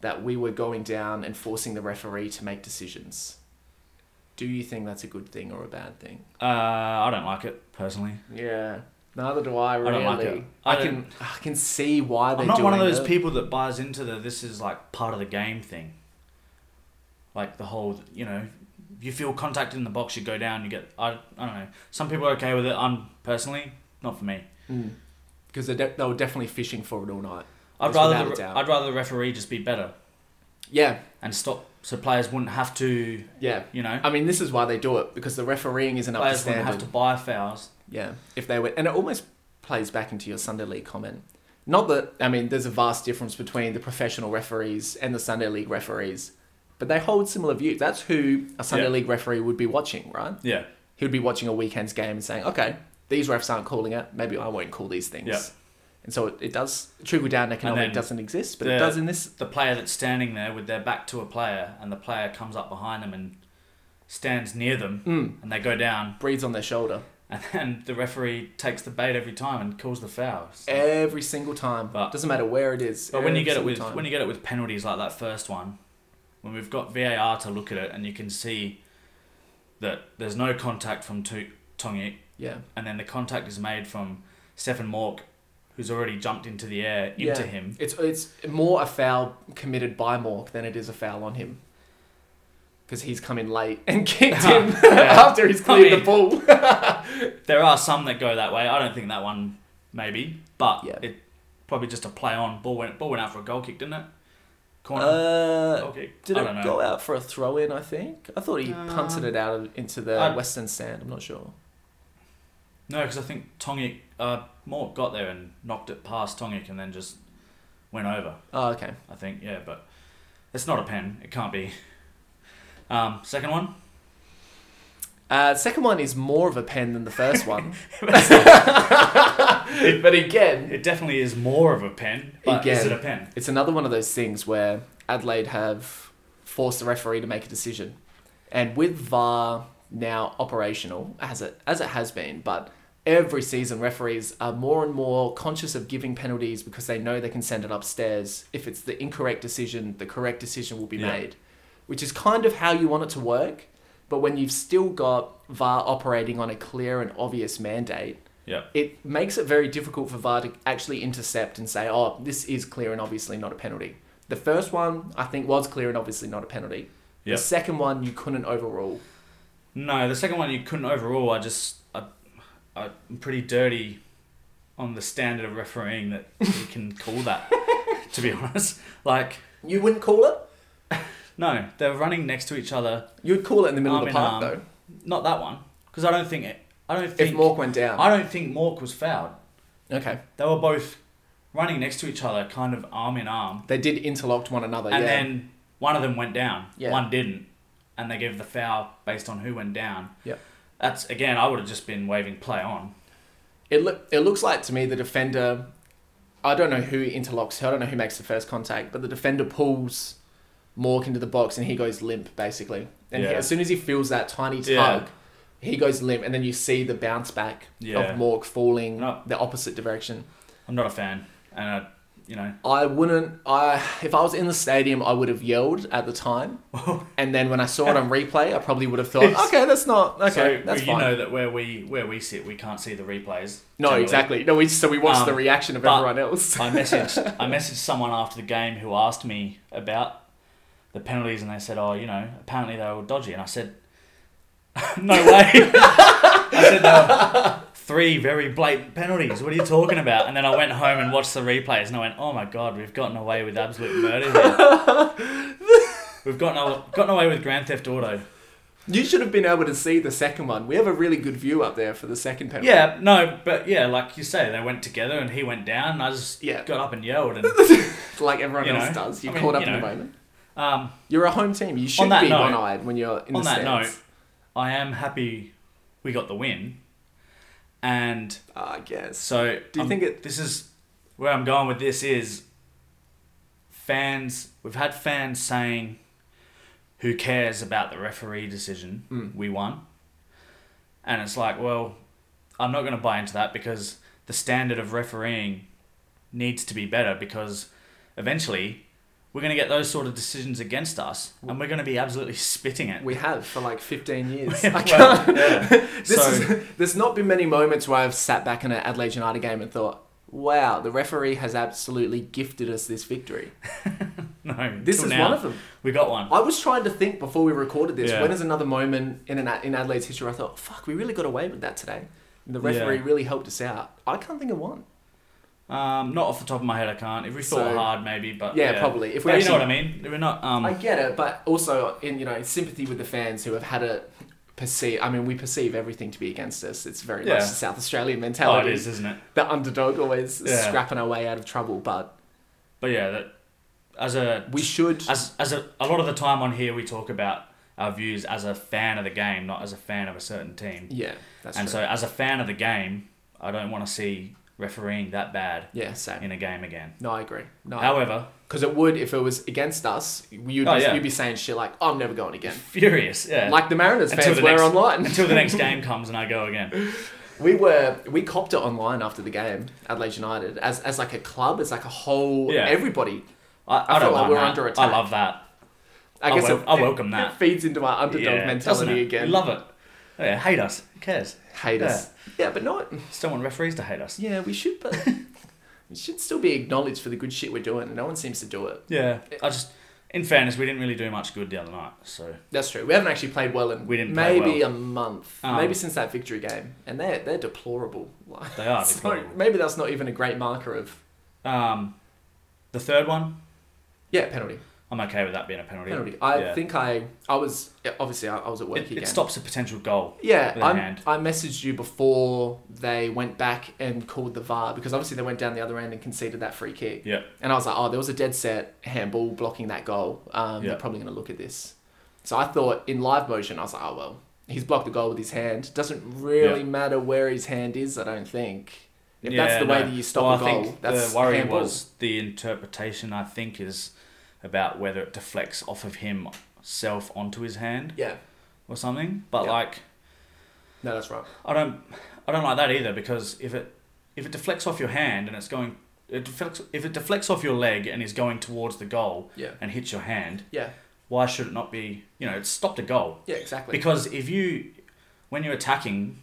S2: that we were going down and forcing the referee to make decisions. Do you think that's a good thing or a bad thing?
S1: Uh, I don't like it personally.
S2: Yeah, neither do I. Really,
S1: don't
S2: I,
S1: like it. I
S2: can I can see why they're
S1: I'm not one of
S2: doing
S1: those
S2: it.
S1: people that buys into the this is like part of the game thing. Like the whole, you know, if you feel contact in the box, you go down, you get. I, I don't know. Some people are okay with it. I'm personally not for me.
S2: because they de- they were definitely fishing for it all night.
S1: I'd
S2: It's
S1: rather
S2: without a
S1: the,
S2: doubt.
S1: I'd rather the referee just be better
S2: Yeah,
S1: and stop so players wouldn't have to,
S2: yeah.
S1: you know,
S2: I mean, this is why they do it because the refereeing isn't up to
S1: players wouldn't
S2: standard.
S1: have to buy fouls.
S2: Yeah, if they were, and it almost plays back into your Sunday League comment. Not that I mean, there's a vast difference between the professional referees and the Sunday League referees, but they hold similar views. That's who a Sunday
S1: Yeah.
S2: League referee would be watching, right?
S1: Yeah.
S2: He would be watching a weekend's game and saying, "Okay, these refs aren't calling it. Maybe I won't call these things."
S1: Yeah.
S2: And so it, it does trickle down
S1: then
S2: economic doesn't exist, but
S1: the-
S2: it does in this.
S1: the player that's standing there with their back to a player and the player comes up behind them and stands near them
S2: Mm,
S1: and they go down [LAUGHS]
S2: breathes on their shoulder
S1: and then the referee takes the bait every time and calls the foul. So-
S2: every single time.
S1: But-
S2: doesn't matter where it is.
S1: but when you
S2: Eh, every
S1: get it
S2: single
S1: with
S2: time.
S1: when you get it with penalties like that first one, when we've got VAR to look at it and you can see that there's no contact from Tu- Tongi
S2: yeah,
S1: and then the contact is made from Stefan Mork who's already jumped into the air into
S2: Yeah.
S1: him.
S2: It's it's more a foul committed by Mork than it is a foul on him. Because he's come in late and [LAUGHS] kicked him
S1: Yeah.
S2: [LAUGHS] after he's cleared
S1: I mean-
S2: the ball.
S1: There are some that go that way. I don't think that one maybe, but
S2: Yeah.
S1: it probably just a play on ball went ball went out for a goal kick, didn't it? Corner
S2: Uh,
S1: goal kick.
S2: did
S1: I don't know.
S2: it go out for a throw in, I think? I thought he punted
S1: Um,
S2: it out of- into the
S1: I-
S2: western sand. I'm not sure.
S1: No, because I think Tongik uh, Mort got there and knocked it past Tongik and then just went over.
S2: Oh, okay.
S1: I think yeah, but it's not a pen. It can't be. Um, second
S2: [LAUGHS]
S1: one. [LAUGHS]
S2: Uh, second one is more of a pen than the
S1: [LAUGHS]
S2: first one.
S1: It,
S2: but again,
S1: it definitely is more of a pen. But is
S2: Again.
S1: it a pen?
S2: it's another one of those things where Adelaide have forced the referee to make a decision, and with VAR now operational as it as it has been, but every season referees are more and more conscious of giving penalties because they know they can send it upstairs. If it's the incorrect decision, the correct decision will be
S1: Yeah.
S2: made, which is kind of how you want it to work. But when you've still got VAR operating on a clear and obvious mandate,
S1: Yeah.
S2: it makes it very difficult for VAR to actually intercept and say, oh, this is clear and obviously not a penalty. The first one, I think, was clear and obviously not a penalty.
S1: Yep.
S2: The second one, you couldn't overrule.
S1: No, the second one you couldn't overall. I just I, I'm pretty dirty on the standard of refereeing that you can call that. to be honest, like
S2: You wouldn't call it?
S1: no, they're running next to each other.
S2: You'd call it in the middle
S1: Arm
S2: of
S1: in
S2: the park,
S1: arm.
S2: though.
S1: Not that one because I don't think it. I don't
S2: If
S1: think
S2: Mork went down.
S1: I don't think Mork was fouled.
S2: Okay.
S1: They were both running next to each other, kind of arm in arm,
S2: They did interlock one another,
S1: and
S2: yeah.
S1: then one of them went down,
S2: Yeah.
S1: one didn't, and they gave the foul based on who went down.
S2: Yep.
S1: That's again, I would have just been waving play on.
S2: It, look, it looks like to me the defender. I don't know who interlocks. I don't know who makes the first contact, but the defender pulls Mork into the box and he goes limp basically. And he-
S1: Yeah.
S2: as soon as he feels that tiny tug,
S1: Yeah.
S2: he goes limp, and then you see the bounce back
S1: Yeah.
S2: of Mork falling
S1: No.
S2: the opposite direction.
S1: I'm not a fan, and I, you know.
S2: I wouldn't. I if I was in the stadium, I would have yelled at
S1: [LAUGHS]
S2: the time, and then when I saw it on replay, I probably would have thought,
S1: Yes.
S2: okay, that's not okay,
S1: so
S2: that's
S1: you
S2: fine.
S1: know that where we where we sit, we can't see the replays.
S2: no,
S1: generally.
S2: exactly. No, we so we watched
S1: Um,
S2: the reaction of
S1: but-
S2: everyone else.
S1: I messaged I messaged someone after the game who asked me about the penalties, and they said, "Oh, you know, apparently they were dodgy." And I said, [LAUGHS] "No way." I said, "No, three very blatant penalties. What are you talking about?" And then I went home and watched the replays, and I went, "Oh my god, we've gotten away with absolute murder here. we've gotten aw- gotten away with Grand Theft Auto."
S2: You should have been able to see the second one. We have a really good view up there for the second penalty.
S1: Yeah, no, but yeah, like you say, they went together, and he went down, and I just
S2: Yeah.
S1: got up and yelled, and
S2: like everyone
S1: You
S2: else
S1: know,
S2: does. You
S1: I mean,
S2: caught up
S1: you
S2: in the
S1: know.
S2: moment.
S1: um.
S2: You're a home team. You should
S1: that
S2: be
S1: note-
S2: one-eyed when you're in
S1: on
S2: the
S1: that
S2: stands.
S1: note, I am happy we got the win, and
S2: I guess.
S1: so
S2: Do you
S1: I'm-
S2: think it-
S1: This is where I'm going with this. Is fans? We've had fans saying, "Who cares about the referee decision?
S2: Hmm.
S1: We won," and it's like, well, I'm not going to buy into that because the standard of refereeing needs to be better because eventually. We're going to get those sort of decisions against us, and we're going to be absolutely [LAUGHS] spitting it.
S2: We have for like
S1: [LAUGHS]
S2: 15 years. [LAUGHS] I can't-
S1: Well, yeah.
S2: [LAUGHS] This
S1: So-
S2: is, there's not been many moments where I've sat back in an Adelaide United game and thought, wow, the referee has absolutely gifted us this victory.
S1: no,
S2: [LAUGHS] This
S1: till
S2: is
S1: now,
S2: one of them.
S1: We got one.
S2: I was trying to think before we recorded this,
S1: Yeah.
S2: when is another moment in, an, in Adelaide's history where I thought, fuck, we really got away with that today. And the referee
S1: Yeah.
S2: really helped us out. I can't think of one.
S1: Um, not off the top of my head, I can't. If we thought
S2: So-
S1: hard, maybe, but
S2: Yeah, probably. If we
S1: But you know
S2: actually-
S1: what I mean. We're not. Um,
S2: I get it, but also in you know in sympathy with the fans who have had a perceive. I mean, we perceive everything to be against us. It's very
S1: Yeah.
S2: much the South Australian
S1: oh,
S2: mentality.
S1: it is, isn't it?
S2: The underdog always
S1: Yeah.
S2: scrapping our way out of trouble, but
S1: But yeah, that as a
S2: we should.
S1: as as a, a lot of the time on here we talk about our views as a fan of the game, not as a fan of a certain team.
S2: Yeah, that's
S1: and
S2: true.
S1: so, as a fan of the game, I don't want to see refereeing that bad
S2: yeah, same.
S1: in a game again.
S2: No, I agree. No,
S1: However,
S2: because it would if it was against us. You'd,
S1: Oh,
S2: be,
S1: yeah.
S2: you'd be saying shit like, "I'm never going again."
S1: furious. Yeah.
S2: Like the Mariners
S1: Until
S2: fans
S1: the
S2: were
S1: next-
S2: online.
S1: until the next game comes and I go again.
S2: we were we copped it online after the game, Adelaide United, as as like a club, as like a whole.
S1: Yeah.
S2: Everybody.
S1: I, I,
S2: I
S1: don't
S2: felt like
S1: mind
S2: we're
S1: that.
S2: under
S1: I
S2: attack.
S1: love that.
S2: I
S1: I
S2: guess
S1: wel-
S2: it,
S1: I welcome oh, that.
S2: It feeds into my underdog
S1: Yeah, doesn't
S2: mentality
S1: it?
S2: again.
S1: We love it. Oh, yeah, hate us. Who cares?
S2: Hate us. Yeah, but not.
S1: Still want referees to hate us.
S2: Yeah, we should, but [LAUGHS] we should still be acknowledged for the good shit we're doing, and no one seems to do it.
S1: Yeah. I just, in fairness, we didn't really do much good the other night. So
S2: That's true. We haven't actually played well in
S1: We didn't play
S2: maybe a month,
S1: Um,
S2: maybe since that victory game, and they're they're deplorable. [LAUGHS]
S1: they are.
S2: so
S1: deplorable.
S2: maybe that's not even a great marker of
S1: Um, the third one,
S2: yeah penalty
S1: I'm okay with that being a penalty.
S2: penalty. I
S1: Yeah.
S2: think I I was yeah, obviously I, I was at work
S1: it,
S2: again.
S1: it stops a potential goal.
S2: Yeah,
S1: with a
S2: I'm,
S1: hand.
S2: I messaged you before they went back and called the VAR because obviously they went down the other end and conceded that free kick.
S1: Yeah.
S2: And I was like, oh, there was a dead set handball blocking that goal. Um,
S1: Yeah.
S2: They're probably going to look at this. So I thought in live motion, I was like, oh, well, he's blocked the goal with his hand. Doesn't really
S1: Yeah.
S2: matter where his hand is, I don't think. If
S1: Yeah,
S2: that's the way
S1: no.
S2: that you stop
S1: Well,
S2: a goal,
S1: I think
S2: that's
S1: the worry
S2: handball.
S1: was the interpretation. I think is about whether it deflects off of himself onto his hand
S2: Yeah,
S1: or something. But
S2: Yeah.
S1: like,
S2: no, that's right.
S1: I don't I don't like that either because if it if it deflects off your hand and it's going it deflects if it deflects off your leg and is going towards the goal
S2: Yeah.
S1: and hits your hand,
S2: Yeah,
S1: why should it not be you know, it's stopped a goal.
S2: yeah, exactly.
S1: Because if you when you're attacking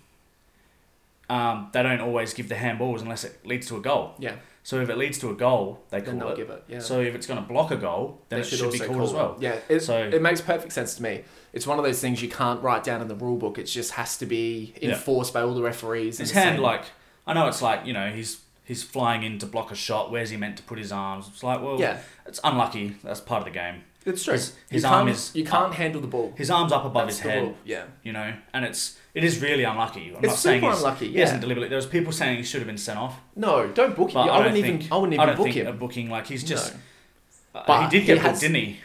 S1: um, they don't always give the handballs unless it leads to a goal.
S2: yeah,
S1: So if it leads to a goal, they call
S2: then they'll
S1: it.
S2: give it. Yeah.
S1: So if it's going to block a goal, then
S2: They
S1: it should, be
S2: also
S1: called as
S2: call
S1: well.
S2: it. Yeah, it,
S1: So-
S2: it makes perfect sense to me. It's one of those things you can't write down in the rule book. It just has to be
S1: Yeah.
S2: enforced by all the referees. in
S1: His
S2: the
S1: hand,
S2: same-
S1: like I know, it's like you know, he's he's flying in to block a shot. Where's he meant to put his arms? It's like, well,
S2: Yeah.
S1: it's unlucky. That's part of the game.
S2: it's true.
S1: his- his
S2: you
S1: arm
S2: can't,
S1: is
S2: you can't handle the ball.
S1: His arms up above
S2: That's
S1: his
S2: the
S1: head,
S2: rule. Yeah,
S1: you know, and it's it is really unlucky. I'm
S2: It's
S1: not saying
S2: super
S1: he's-
S2: unlucky,
S1: He hasn't
S2: yeah.
S1: deliberately. There was people saying he should have been sent off,
S2: no, don't book him.
S1: but
S2: I,
S1: I, don't
S2: wouldn't
S1: think
S2: even. I wouldn't
S1: I
S2: even
S1: don't
S2: book
S1: think
S2: him.
S1: a booking like he's just.
S2: No.
S1: But
S2: But
S1: he did
S2: he
S1: get booked,
S2: has-
S1: didn't he?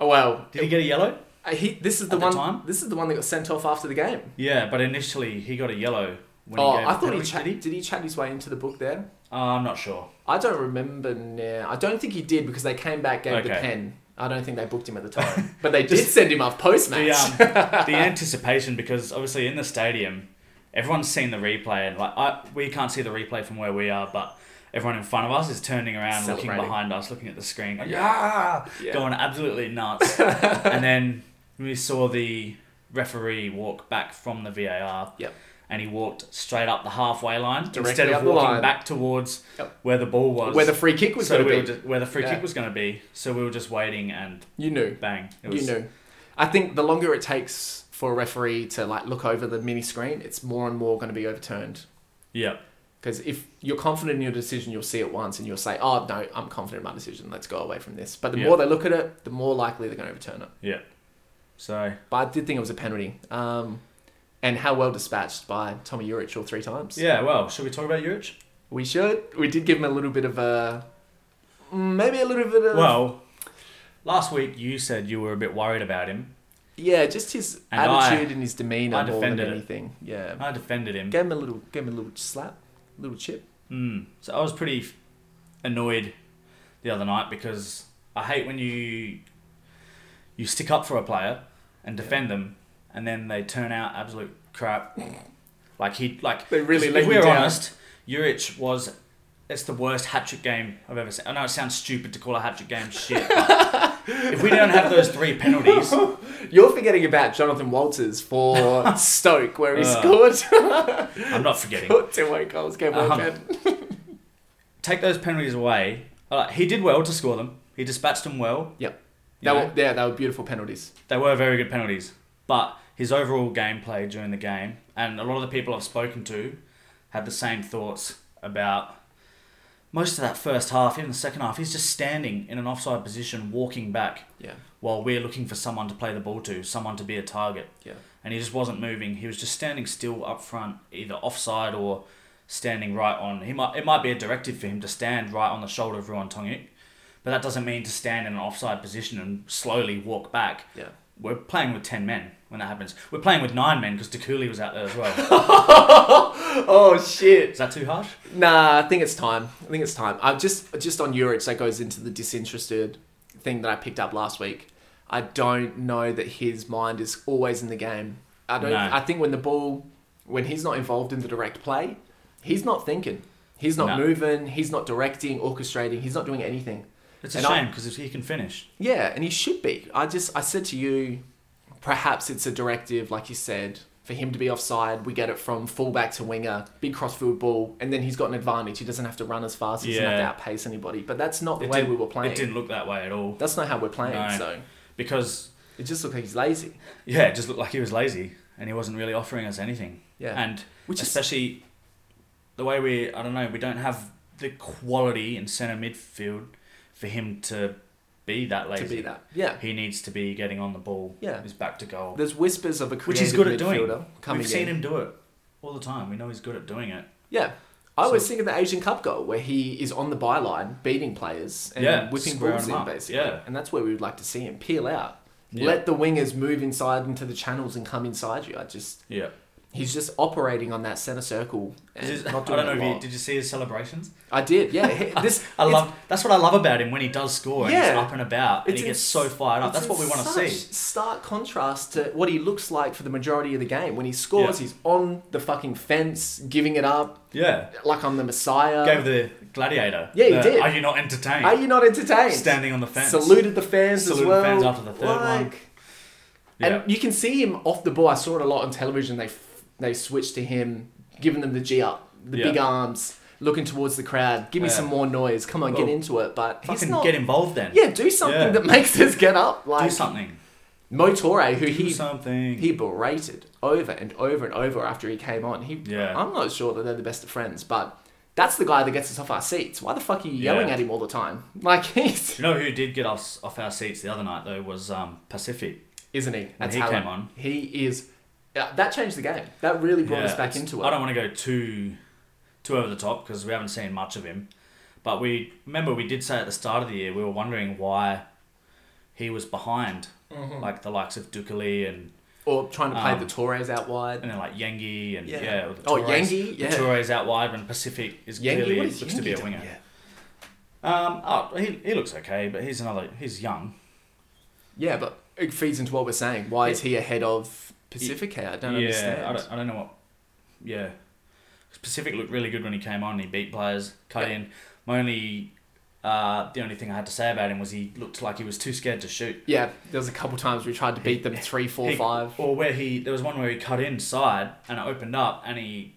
S2: Oh, well,
S1: Did he get a yellow?
S2: uh, he, this is the
S1: At the
S2: one.
S1: time?
S2: This is the one that got sent off after the game.
S1: Yeah, but initially he got a yellow when
S2: oh,
S1: he gave
S2: I
S1: the
S2: thought he,
S1: penalty,
S2: chat,
S1: did he?
S2: did he chat his way into the book there?
S1: Uh, I'm not sure.
S2: I don't remember now. I don't think he did because they came back gave the
S1: Okay.
S2: pen. I don't think they booked him at
S1: [LAUGHS]
S2: the time, but they did send him off post match.
S1: the um,
S2: [LAUGHS]
S1: the anticipation because obviously in the stadium, everyone's seen the replay and like I, we can't see the replay from where we are, but everyone in front of us is turning around, looking
S2: Celebrating.
S1: behind us, looking at the screen, going, yeah, [LAUGHS]
S2: Yeah.
S1: going absolutely
S2: [LAUGHS]
S1: nuts. and then we saw the referee walk back from the VAR.
S2: Yep.
S1: And he walked straight up the halfway line
S2: Directly
S1: instead
S2: up
S1: of
S2: the
S1: walking
S2: line.
S1: back towards
S2: Yep.
S1: where the ball was.
S2: Where the free kick was
S1: so
S2: going
S1: we
S2: to
S1: were
S2: be.
S1: just, where the free
S2: Yeah.
S1: kick was going to be. So we were just waiting and
S2: You knew.
S1: bang. It
S2: You
S1: was,
S2: knew. I think the longer it takes for a referee to like look over the mini screen, it's more and more going to be overturned.
S1: Yep.
S2: Because if you're confident in your decision, you'll see it once and you'll say, "Oh no, I'm confident in my decision. Let's go away from this." But the
S1: Yeah.
S2: more they look at it, the more likely they're going to overturn it.
S1: So
S2: But I did think it was a penalty. Um, and how well dispatched by Tommy Urich all three times.
S1: yeah, well, should we talk about Urich?
S2: We should. We did give him a little bit of a, mm, maybe a little bit of
S1: Well, last week you said you were a bit worried about him.
S2: yeah, just his
S1: And
S2: attitude and his demeanor
S1: I
S2: more than
S1: defended it.
S2: anything. Yeah,
S1: I defended him.
S2: gave him a little, gave him a little slap, little chip.
S1: Mm. So I was pretty f- annoyed the other night because I hate when you you stick up for a player and defend them, and then they turn out absolute crap. Like he like
S2: They really let
S1: if
S2: you
S1: we're
S2: down.
S1: honest, Juric was it's the worst hat trick game I've ever seen. I know it sounds stupid to call a hat trick game shit.
S2: [LAUGHS]
S1: but if we don't have those three penalties,
S2: You're forgetting about Jonathan
S1: [LAUGHS]
S2: Walters for Stoke, where he
S1: Uh,
S2: scored [LAUGHS]
S1: I'm not forgetting.
S2: two away goals. Gave away
S1: Um,
S2: bad.
S1: Take those penalties away. Uh, he did well to score them. He dispatched them well.
S2: Yep.
S1: You
S2: They
S1: know?
S2: were, yeah, they were beautiful penalties.
S1: They were very good penalties, but his overall gameplay during the game, and a lot of the people I've spoken to, had the same thoughts about most of that first half, even the second half. He's just standing in an offside position, walking back,
S2: Yeah.
S1: while we're looking for someone to play the ball to, someone to be a target,
S2: Yeah.
S1: and he just wasn't moving. He was just standing still up front, either offside or standing right on. He might it might be a directive for him to stand right on the shoulder of Ruan Tongik, but that doesn't mean to stand in an offside position and slowly walk back
S2: Yeah.
S1: we're playing with 10 men when that happens. We're playing with 9 men because Dakuli was out there as well.
S2: [LAUGHS] Oh shit.
S1: Is that too harsh?
S2: Nah, I think it's time. I think it's time. I just just on Urich that goes into the disinterested thing that I picked up last week. I don't know that his mind is always in the game. I don't.
S1: No.
S2: I think when the ball, when he's not involved in the direct play, he's not thinking. He's not
S1: No.
S2: moving. He's not directing, orchestrating. He's not doing anything.
S1: It's a
S2: And I-
S1: shame because he can finish.
S2: Yeah, and he should be. I just I said to you, perhaps it's a directive, like you said, for him to be offside. We get it from fullback to winger, big crossfield ball, and then he's got an advantage. He doesn't have to run as fast. He doesn't
S1: Yeah.
S2: have to outpace anybody. But that's not the
S1: It
S2: way
S1: didn't-
S2: we were playing.
S1: It didn't look that way at all
S2: That's not how we're playing.
S1: No.
S2: So
S1: because,
S2: it just looked like he's lazy.
S1: yeah, it just looked like he was lazy and he wasn't really offering us anything.
S2: Yeah,
S1: And
S2: which is
S1: especially the way we, I don't know, we don't have the quality in centre midfield for him to be that lazy.
S2: to be that. Yeah,
S1: He needs to be getting on the ball.
S2: Yeah.
S1: He's back to goal.
S2: there's whispers of a creative
S1: Which he's good at doing.
S2: midfielder coming
S1: We've seen
S2: in.
S1: him do it all the time. We know he's good at doing it.
S2: Yeah. I
S1: So-
S2: was thinking the Asian Cup goal where he is on the byline beating players and
S1: Yeah,
S2: whipping
S1: squaring
S2: balls
S1: them
S2: in
S1: up,
S2: basically.
S1: yeah.
S2: And that's where we would like to see him peel out.
S1: Yeah.
S2: Let the wingers move inside into the channels and come inside you. I just
S1: Yeah.
S2: he's just operating on that center circle and
S1: Is this- I
S2: not doing
S1: don't know
S2: it
S1: if
S2: well.
S1: you did you see his celebrations?
S2: I did, yeah.
S1: [LAUGHS]
S2: He- This
S1: I
S2: it's-
S1: love that's what I love about him when he does score and he's
S2: Yeah.
S1: up and about and
S2: it's
S1: he
S2: in
S1: gets so
S2: s-
S1: fired up.
S2: it's
S1: That's what
S2: in
S1: we want to
S2: such
S1: see.
S2: Stark contrast to what he looks like for the majority of the game. When he scores,
S1: Yeah.
S2: he's on the fucking fence, giving it up
S1: Yeah.
S2: like I'm the Messiah.
S1: Gave the gladiator.
S2: Yeah, he
S1: the,
S2: did.
S1: Are you not entertained?
S2: Are you not entertained?
S1: standing on the fence?
S2: Saluted the fans
S1: Saluted
S2: as well.
S1: the fans after the third one. Yeah.
S2: And you can see him off the ball. I saw it a lot on television. They they switched to him, giving them the G up, the
S1: Yeah.
S2: big arms, looking towards the crowd. Give me
S1: Yeah.
S2: some more noise. Come on, get
S1: Well,
S2: into it. But he's
S1: Fucking
S2: not.
S1: get involved then.
S2: Yeah, do something
S1: Yeah.
S2: that makes us get up.
S1: Do
S2: Like
S1: something.
S2: Motore, who
S1: Do
S2: he
S1: something.
S2: he berated over and over and over after he came on. He,
S1: Yeah.
S2: I'm not sure that they're the best of friends, but that's the guy that gets us off our seats. Why the fuck are you yelling
S1: Yeah.
S2: at him all the time? Like [LAUGHS] he's
S1: Do you know who did get us off our seats the other night though was um, Pacific.
S2: isn't he?
S1: he
S2: how-
S1: came on.
S2: He is. yeah, that changed the game. That really brought us
S1: Yeah,
S2: back
S1: it's-
S2: into
S1: I
S2: it.
S1: don't want to go too too over the top because we haven't seen much of him. But we remember we did say at the start of the year we were wondering why he was behind
S2: Mm-hmm.
S1: like the likes of Dukali and
S2: Or trying to play
S1: Um,
S2: the Torres out wide.
S1: and then like Yengi and yeah,
S2: Yeah.
S1: with
S2: Oh,
S1: Torres.
S2: Yengi,
S1: The
S2: yeah.
S1: Torres out wide when Pacific is
S2: Yengi,
S1: clearly
S2: what is
S1: looks to be
S2: Yengi
S1: a
S2: doing?
S1: winger.
S2: Yeah.
S1: Um, oh, he, he looks okay, but he's another he's young.
S2: Yeah, but it feeds into what we're saying. Why is he ahead of Pacific? I don't
S1: yeah,
S2: understand.
S1: I don't, I don't know what. Yeah, Pacific looked really good when he came on. He beat players, cut
S2: Yeah.
S1: in. My only, uh, the only thing I had to say about him was he looked like he was too scared to shoot.
S2: Yeah, there was a couple times we tried to beat them three, four,
S1: He-
S2: five.
S1: Or where he there was one where he cut inside and it opened up and he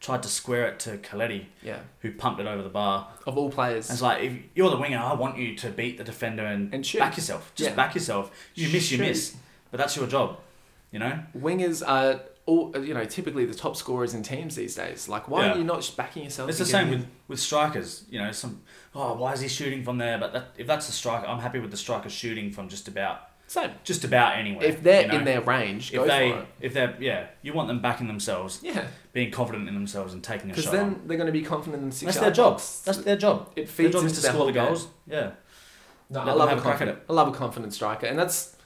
S1: tried to square it to Coletti,
S2: Yeah,
S1: who pumped it over the bar.
S2: of all players.
S1: And it's like if you're the winger, I want you to beat the defender and,
S2: And shoot.
S1: back yourself. Just
S2: Yeah.
S1: back yourself. You miss, you
S2: Shoot.
S1: miss. But that's your job. You know?
S2: Wingers are all you know typically the top scorers in teams these days. Like, why
S1: Yeah.
S2: are you not just backing yourself?
S1: It's the
S2: and
S1: same
S2: getting
S1: with, with strikers. You know, some oh, why is he shooting from there? But that, if that's the striker, I'm happy with the striker shooting from just about
S2: in? same.
S1: just about anywhere.
S2: If they're
S1: you know?
S2: in their range, go
S1: if they
S2: for it.
S1: if they're yeah, you want them backing themselves,
S2: Yeah,
S1: being confident in themselves and taking a
S2: because
S1: shot.
S2: then
S1: on.
S2: they're going to be confident in the six.
S1: That's their job. That's their job.
S2: it
S1: Their
S2: feeds
S1: job is
S2: into
S1: to
S2: their
S1: score
S2: whole
S1: the
S2: game.
S1: goals. Yeah.
S2: No,
S1: Let
S2: I
S1: them
S2: love
S1: have
S2: a
S1: a crack at
S2: confident. I love a confident striker, and that's,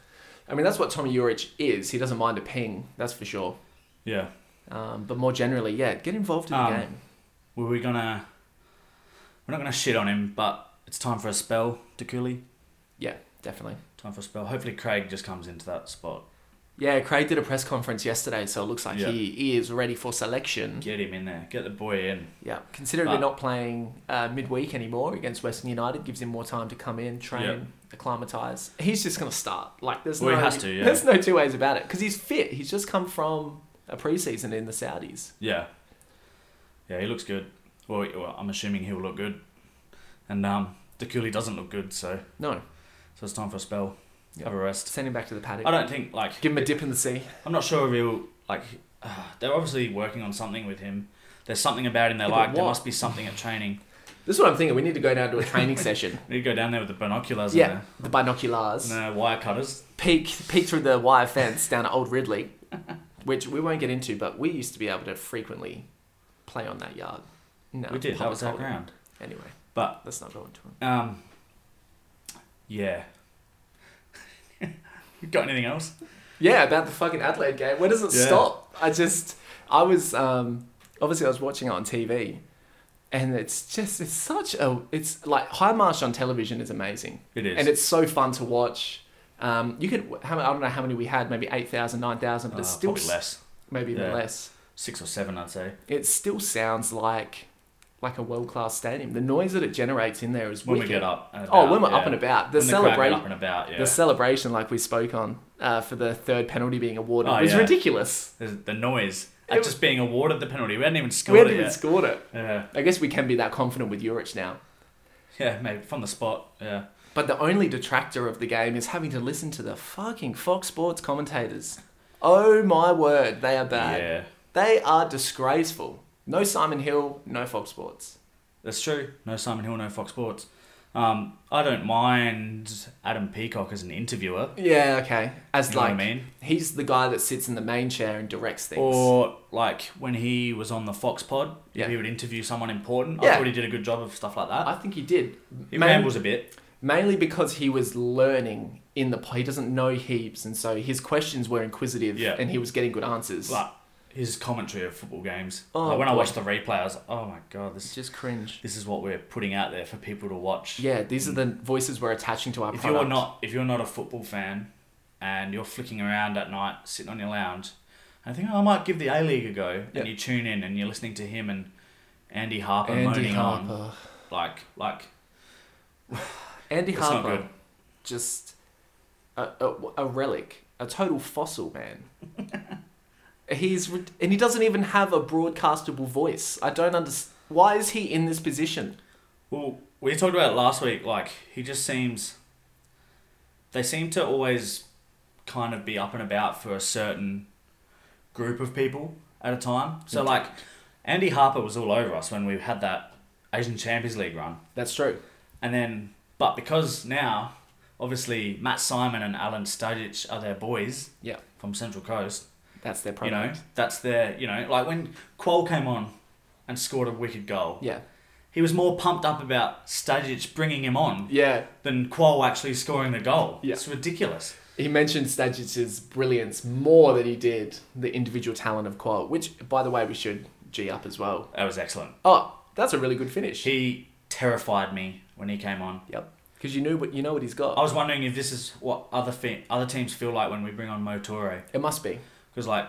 S2: I mean, that's what Tommy Urich is. He doesn't mind a ping, that's for sure.
S1: Yeah.
S2: Um, but more generally, yeah, get involved in the
S1: Um,
S2: game.
S1: Were we gonna we're not gonna shit on him, but it's time for a spell to Cooley.
S2: Definitely.
S1: Time for a spell. Hopefully Craig just comes into that spot.
S2: Yeah, Craig did a press conference yesterday, so it looks like
S1: Yeah.
S2: he is ready for selection.
S1: Get him in there. Get the boy in.
S2: Yeah, considering
S1: But-
S2: we're not playing uh, midweek anymore against Western United, gives him more time to come in, train,
S1: Yeah.
S2: acclimatise. He's just going to start. Like, there's
S1: Well,
S2: no,
S1: he has to, yeah.
S2: there's no two ways about it because he's fit. He's just come from a preseason in the Saudis.
S1: Yeah. Yeah, he looks good. Well, he- well, I'm assuming he'll look good. And um the Cooley doesn't look good, so
S2: No,
S1: so it's time for a spell.
S2: Yeah.
S1: Have a rest.
S2: send him back to the paddock.
S1: I don't think like
S2: Give him a dip in the sea.
S1: I'm not sure if he'll like. [SIGHS] Uh, they're obviously working on something with him. There's something about him they
S2: Yeah, but
S1: like. There
S2: what?
S1: must be something at training.
S2: This is what I'm thinking. We need to go down to a [LAUGHS] training session.
S1: We need to go down there with the binoculars
S2: Yeah, the
S1: and,
S2: binoculars.
S1: the, and the wire cutters.
S2: Peek, peek through the wire fence down at Old Ridley, which we won't get into, but we used to be able to frequently play on that yard. No,
S1: we did. That
S2: Papa
S1: was our
S2: told me.
S1: ground.
S2: Anyway,
S1: But
S2: let's not go into it.
S1: um, yeah. [LAUGHS] you got anything else?
S2: Yeah, about the fucking Adelaide game. Where does it
S1: Yeah.
S2: stop? I just, I was, um, obviously I was watching it on TV, and it's just, it's such a, it's like High Marsh on television is amazing.
S1: It is.
S2: and it's so fun to watch. Um, you could, how, I don't know how many we had, maybe 8,000, 9,000, but
S1: Uh,
S2: it's still,
S1: probably less.
S2: maybe even
S1: Yeah.
S2: less.
S1: Six or seven, I'd say.
S2: It still sounds like like a world class stadium. The noise that it generates in there is
S1: When
S2: wicked.
S1: we get up. And
S2: oh,
S1: about,
S2: when we're
S1: yeah.
S2: up and about, the
S1: When the crowd get
S2: celebration,
S1: up and about. Yeah.
S2: the celebration, like we spoke on uh, for the third penalty being awarded,
S1: Oh,
S2: was
S1: yeah.
S2: ridiculous.
S1: There's the noise.
S2: It
S1: At
S2: was-
S1: just being awarded the penalty. We hadn't even
S2: we
S1: scored
S2: hadn't
S1: it
S2: even
S1: yet.
S2: scored it.
S1: yeah.
S2: I guess we can be that confident with Urich now.
S1: Yeah. Maybe from the spot. Yeah.
S2: But the only detractor of the game is having to listen to the fucking Fox Sports commentators. Oh my word, they are bad.
S1: Yeah.
S2: They are disgraceful. No Simon Hill, no Fox Sports.
S1: That's true. No Simon Hill, no Fox Sports. Um, I don't mind Adam Peacock as an interviewer.
S2: Yeah, okay. As
S1: You know
S2: like,
S1: what I mean?
S2: he's the guy that sits in the main chair and directs things.
S1: Or like when he was on the Fox Pod,
S2: Yeah.
S1: he would interview someone important. I
S2: Yeah.
S1: thought he did a good job of stuff like that.
S2: I think he did.
S1: he
S2: main-
S1: rambles a bit.
S2: Mainly because he was learning in the play. He doesn't know heaps, and so his questions were inquisitive
S1: Yeah.
S2: and he was getting good answers.
S1: Like his commentary of football games.
S2: Oh,
S1: Like, when I
S2: boy.
S1: watched the replay, I was like, oh my god,
S2: It's
S1: this
S2: just cringe.
S1: this is what we're putting out there for people to watch.
S2: Yeah, these are the voices we're attaching to our
S1: if
S2: product.
S1: you're not if you're not a football fan and you're flicking around at night sitting on your lounge and think oh, I might give the A League a go
S2: Yeah.
S1: and you tune in and you're listening to him and Andy Harper
S2: Andy
S1: moaning
S2: Harper.
S1: on like like
S2: Andy
S1: It's not
S2: Harper,
S1: good.
S2: just a, a, a relic, a total fossil, man.
S1: [LAUGHS]
S2: He's rid- and he doesn't even have a broadcastable voice. I don't understand. Why is he in this position?
S1: well we talked about it last week like he just seems they seem to always kind of be up and about for a certain group of people at a time so like Andy Harper was all over us when we had that Asian Champions League run
S2: That's true.
S1: And then, but because now, obviously, Matt Simon and Alan Stadic are their boys
S2: Yeah,
S1: from Central Coast,
S2: that's their
S1: you
S2: problem.
S1: know, that's their, you know, like when Quoll came on and scored a wicked goal,
S2: Yeah,
S1: he was more pumped up about Stadic bringing him on
S2: yeah.
S1: than Quoll actually scoring the goal.
S2: Yeah.
S1: It's ridiculous.
S2: He mentioned Stagic's brilliance more than he did the individual talent of Qual, which, by the way, we should g up as well.
S1: That was excellent.
S2: Oh, that's a really good finish.
S1: He terrified me when he came on.
S2: yep, because you knew what you know what he's got.
S1: I was wondering if this is what other fe- other teams feel like when we bring on Motore.
S2: It must be.
S1: Because, like,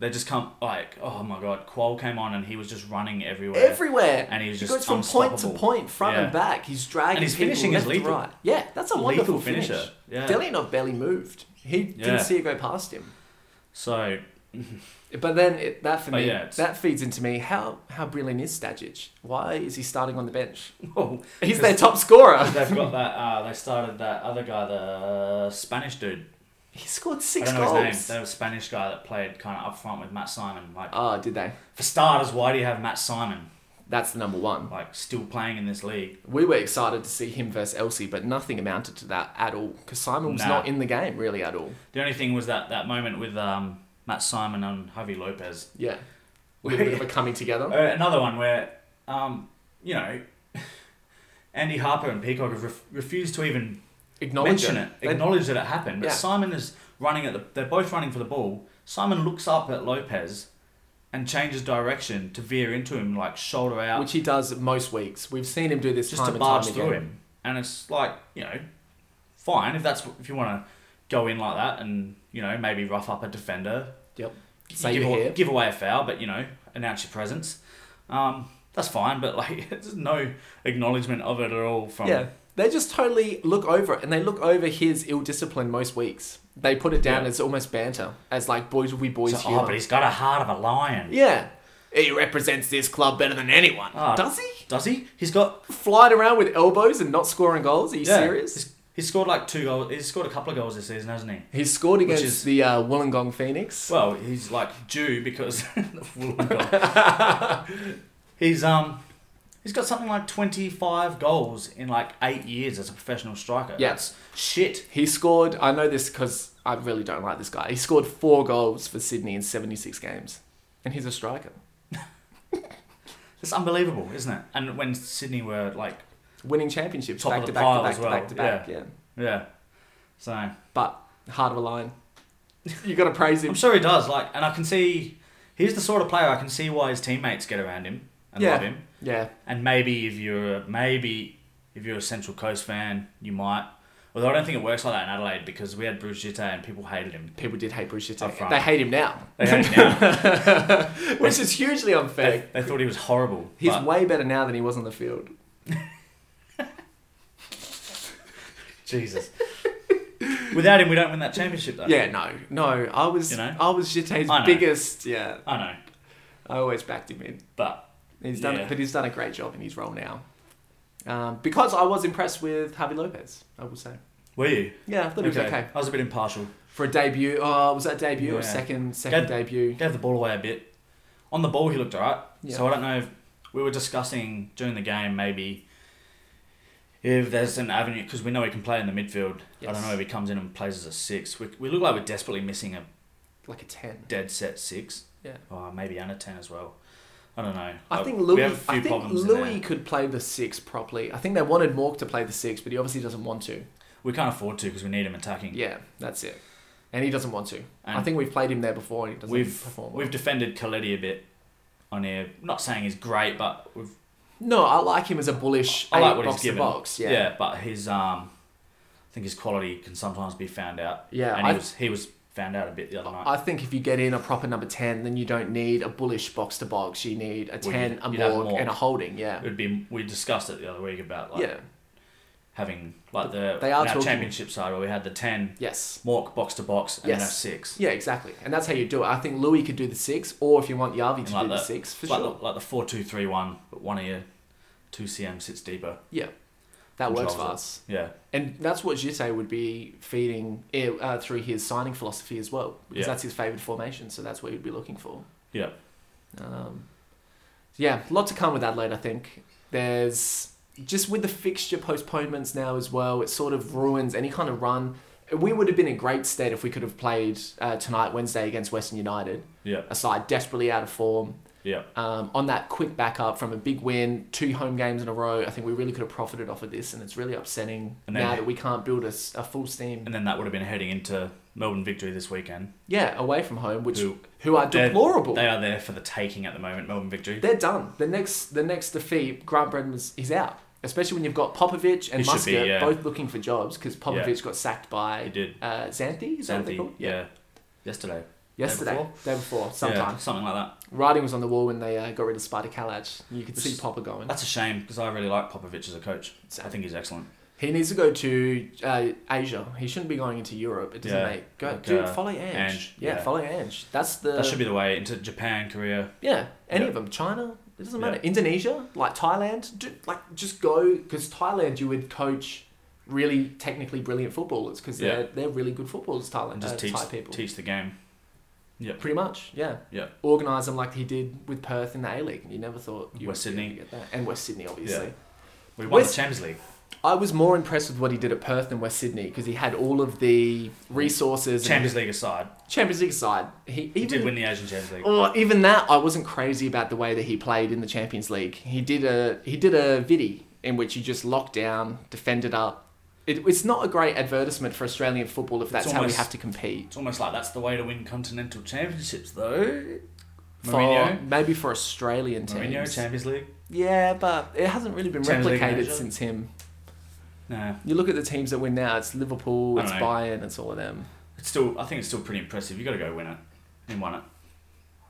S1: They just come like, oh my god, Qual came on and he was just running everywhere.
S2: Everywhere.
S1: And he was just
S2: goes from point to
S1: unstoppable.
S2: point, front
S1: Yeah.
S2: and back. He's dragging
S1: And his
S2: people
S1: finishing is
S2: left to
S1: lethal.
S2: right. Yeah, that's a
S1: Lethal
S2: wonderful finish.
S1: finisher. Yeah.
S2: Delianov barely moved. He
S1: Yeah.
S2: didn't see it go past him.
S1: so
S2: But then it, that for
S1: Oh,
S2: me,
S1: yeah, it's-
S2: that feeds into me. How how brilliant is Stajic? Why is he starting on the
S1: [LAUGHS]
S2: bench?
S1: whoa,
S2: He's their top scorer.
S1: they've got that. Uh, they started that other guy, the uh, Spanish dude.
S2: He scored six
S1: I don't know his name.
S2: goals.
S1: They were a Spanish guy that played kind of up front with Matt Simon. Like
S2: Oh, did they?
S1: for starters, why do you have Matt Simon
S2: That's the number one.
S1: like still playing in this league?
S2: We were excited to see him versus Elsie, but nothing amounted to that at all because Simon was
S1: Nah.
S2: not in the game really at all.
S1: The only thing was that that moment with um, Matt Simon and Javi Lopez.
S2: Yeah, a
S1: [LAUGHS]
S2: little bit of a coming together.
S1: Uh, another one where, um, you know, [LAUGHS] Andy Harper and Peacock have ref- refused to even
S2: Acknowledge
S1: mention it,
S2: They-
S1: acknowledge that it happened. But
S2: Yeah.
S1: Simon is running at the. They're both running for the ball. Simon looks up at Lopez, and changes direction to veer into him, like shoulder out,
S2: which he does most weeks. We've seen him do this
S1: just
S2: time
S1: to
S2: and time
S1: barge
S2: again.
S1: through him. And it's like you know, fine if that's if you want to go in like that and you know maybe rough up a defender.
S2: Yep.
S1: You
S2: Say
S1: give,
S2: you're
S1: aw-
S2: here.
S1: give away a foul, but you know announce your presence. Um, that's fine, but like [LAUGHS] there's no acknowledgement of it at all from.
S2: Yeah, they just totally look over it, and they look over his ill discipline most weeks. They put it down
S1: Yeah.
S2: as almost banter, as like boys will be boys.
S1: So,
S2: humor.
S1: oh, but he's got a heart of a lion.
S2: Yeah, he represents this club better than anyone.
S1: Ah.
S2: Does he?
S1: Does he? He's got.
S2: Flying around with elbows and not scoring goals? Are you
S1: yeah,
S2: serious?
S1: He's, he's scored like two goals. He's scored a couple of goals this season, hasn't he?
S2: He's scored against
S1: is-
S2: the uh, Wollongong Phoenix.
S1: Well, he's like due because [LAUGHS] he's um he's got something like twenty five goals in like eight years as a professional striker.
S2: Yeah.
S1: That's shit.
S2: He scored. I know this because I really don't like this guy. He scored four goals for Sydney in seventy-six games, and he's a striker.
S1: It's unbelievable, isn't it? And when Sydney were like,
S2: winning championships
S1: Top
S2: back
S1: of
S2: to
S1: the
S2: back
S1: pile
S2: to back
S1: as
S2: to
S1: well,
S2: back to back. Yeah.
S1: yeah, so
S2: But hard of a line. [LAUGHS] You gotta
S1: [LAUGHS]
S2: praise him.
S1: I'm sure he does. Like, and I can see he's the sort of player I can see why his teammates get around him and
S2: Yeah.
S1: love him.
S2: Yeah.
S1: And maybe if you're a, maybe if you're a Central Coast fan, you might. Although I don't think it works like that in Adelaide because we had Bruce Jitter and people hated him.
S2: People did hate Bruce
S1: Up
S2: Jitter.
S1: front.
S2: They hate him now.
S1: They hate him now.
S2: [LAUGHS] Which is hugely unfair.
S1: They, they thought he was horrible.
S2: He's
S1: but-
S2: way better now than he was on the field. [LAUGHS]
S1: Jesus. Without him, we don't win that championship, though.
S2: Yeah, no. No. I was
S1: You know?
S2: I was Jitter's
S1: I know.
S2: biggest yeah.
S1: I know,
S2: I always backed him in.
S1: but
S2: He's done
S1: Yeah.
S2: but he's done a great job in his role now. Um, because I was impressed with Javi Lopez, I will say.
S1: were you?
S2: Yeah, I thought he was okay.
S1: I was a bit impartial.
S2: For a debut, oh, was that debut
S1: Yeah.
S2: or second second debut?
S1: He gave the ball away a bit. On the ball, he looked alright.
S2: Yeah.
S1: So I don't know if we were discussing during the game maybe if there's an avenue because we know he can play in the midfield. I don't
S2: Yes.
S1: know if he comes in and plays as a six. We, we look like we're desperately missing a
S2: Like a ten.
S1: dead set six,
S2: Yeah.
S1: or maybe and a ten as well. I don't know.
S2: I
S1: Like,
S2: think
S1: we
S2: Louis.
S1: have a few
S2: I think
S1: problems in
S2: Louis
S1: there.
S2: could play the six properly. I think they wanted Mork to play the six, but he obviously doesn't want to.
S1: We can't afford to because we need him attacking.
S2: Yeah, that's it. And he doesn't want to. I
S1: And-
S2: think we've played him there before, and he doesn't
S1: we've
S2: perform. well.
S1: we've defended Coletti a bit on here. Not saying he's great, but we've,
S2: no, I like him as a bullish.
S1: I like
S2: eight
S1: what
S2: box
S1: he's
S2: to
S1: given.
S2: Box, yeah.
S1: but his um, I think his quality can sometimes be found out.
S2: Yeah,
S1: and he
S2: I-
S1: was he was found out a bit the other night.
S2: I think if you get in a proper number ten, then you don't need a bullish box to box. You need a
S1: Well,
S2: ten,
S1: you'd-
S2: a
S1: you'd have
S2: Mork,
S1: Mork.
S2: and a holding. Yeah,
S1: it would be we discussed it the other week about like
S2: yeah,
S1: having like the
S2: They are
S1: in our
S2: talking-
S1: championship side where we had the ten
S2: yes,
S1: Mork box to box and then
S2: Yes.
S1: have six.
S2: yeah, exactly. And that's how you do it. I think Louis could do the six, or if you want Yavi to
S1: like
S2: do the
S1: that.
S2: six for
S1: like
S2: sure.
S1: the, like the four two three one, but one of your two CM sits deeper.
S2: yeah, that works for
S1: Controls it.
S2: us.
S1: Yeah,
S2: And that's what Jite would be feeding uh, through his signing philosophy as well, because
S1: Yeah.
S2: that's his favoured formation. So that's what he'd be looking for.
S1: yeah.
S2: Um, yeah, a lot to come with Adelaide, I think. There's just with the fixture postponements now as well, it sort of ruins any kind of run. We would have been in great state if we could have played uh, tonight, Wednesday, against Western United,
S1: Yeah,
S2: a side desperately out of form.
S1: yeah,
S2: Um, on that quick backup from a big win, two home games in a row, I think we really could have profited off of this, and it's really upsetting
S1: And then-
S2: now that we can't build a, s- a full steam.
S1: and then that would have been heading into Melbourne victory this weekend.
S2: Yeah, away from home, which
S1: Who-
S2: who, are
S1: They're-
S2: deplorable.
S1: They
S2: They're,
S1: are there for the taking at the moment, Melbourne Victory.
S2: done. The next the next defeat, Grant Brendan's he's out. Especially when you've got Popovich and
S1: He should be,
S2: Muscat
S1: yeah.
S2: both looking for jobs because Popovich got sacked by
S1: They did.
S2: uh, Xanthi. Is that what they
S1: Xanthi,
S2: call?
S1: yeah. Yesterday.
S2: yesterday,
S1: before?
S2: day before, sometime.
S1: Yeah, something like that.
S2: Writing was on the wall when they uh, got rid of Spider Kalaj. You could
S1: Which
S2: see
S1: is-
S2: Popper going.
S1: That's a shame because I really like Popovich as a coach. I think he's excellent.
S2: He needs to go to uh, Asia. He shouldn't be going into Europe. It doesn't
S1: Yeah.
S2: make go.
S1: Like,
S2: Dude,
S1: uh,
S2: follow Ange.
S1: Ange,
S2: Yeah,
S1: yeah.
S2: follow Ange. That's the
S1: that should be the way into Japan, Korea.
S2: yeah. Any
S1: Yeah.
S2: of them, China. It doesn't
S1: Yeah.
S2: matter. Indonesia, like Thailand. Do, like just go because Thailand, you would coach really technically brilliant footballers because they're they're really good footballers. Thailand,
S1: And just
S2: uh,
S1: teach
S2: Thai people.
S1: teach the game. Yep.
S2: Pretty much, yeah.
S1: Yeah.
S2: Organize them like he did with Perth in the A League. You never thought you
S1: West
S2: would be
S1: Sydney.
S2: able to get that, and West Sydney, obviously.
S1: We won the
S2: West-
S1: Champions League.
S2: I was more impressed with what he did at Perth than West Sydney because he had all of the resources. and
S1: Champions League aside,
S2: Champions League side. He
S1: he
S2: even,
S1: did win the Asian Champions League.
S2: Oh, even that, I wasn't crazy about the way that he played in the Champions League. He did a he did a vidi in which he just locked down, defended up. It, it's not a great advertisement for Australian football if that's how we
S1: almost-
S2: have to compete.
S1: It's almost like that's the way to win continental championships, though.
S2: For,
S1: Mourinho,
S2: maybe for Australian teams.
S1: Mourinho, Champions League.
S2: Yeah, but it hasn't really been
S1: Champions League
S2: replicated
S1: manager?
S2: since him.
S1: Nah,
S2: You look at the teams that win now. It's Liverpool,
S1: I
S2: it's
S1: don't know.
S2: Bayern, it's all of them.
S1: it's still. I think it's still pretty impressive. You got to go win it and won it.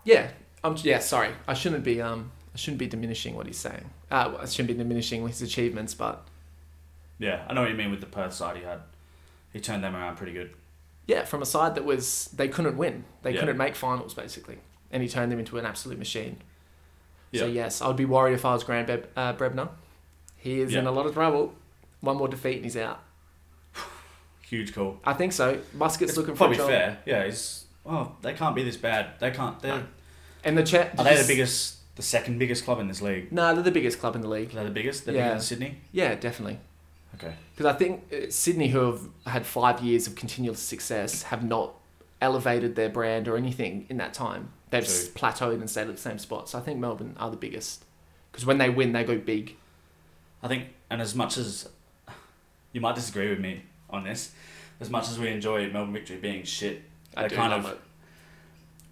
S2: Yeah, I'm. Yeah, sorry. I shouldn't be. Um, I shouldn't be diminishing what he's saying. Uh, I shouldn't be diminishing his achievements, but
S1: Yeah, I know what you mean with the Perth side. He had, he turned them around pretty good.
S2: yeah, from a side that was they couldn't win, they
S1: Yeah.
S2: couldn't make finals basically, and he turned them into an absolute machine. So
S1: Yeah.
S2: yes, I'd be worried if I was Grant Beb- uh, Brebner. He is in
S1: Yeah.
S2: a lot of trouble. One more defeat and he's out.
S1: Huge call.
S2: I think so. Muscat's
S1: It's
S2: looking for a
S1: probably
S2: job.
S1: fair. Yeah, he's. Oh, they can't be this bad. They can't. They're,
S2: And the chat.
S1: Are they the biggest? The second biggest club in this league?
S2: No, they're the biggest club in the league.
S1: Are they the biggest? They're
S2: Yeah.
S1: bigger than Sydney.
S2: Yeah, definitely.
S1: Okay.
S2: Because I think uh, Sydney, who have had five years of continual success, have not elevated their brand or anything in that time. They've s
S1: True.
S2: plateaued and stayed at the same spot. So I think Melbourne are the biggest. Because when they win, they go big.
S1: I think, and as much as you might disagree with me on this, as much as we enjoy Melbourne Victory being shit,
S2: I
S1: They
S2: do
S1: kind
S2: love
S1: of-
S2: it.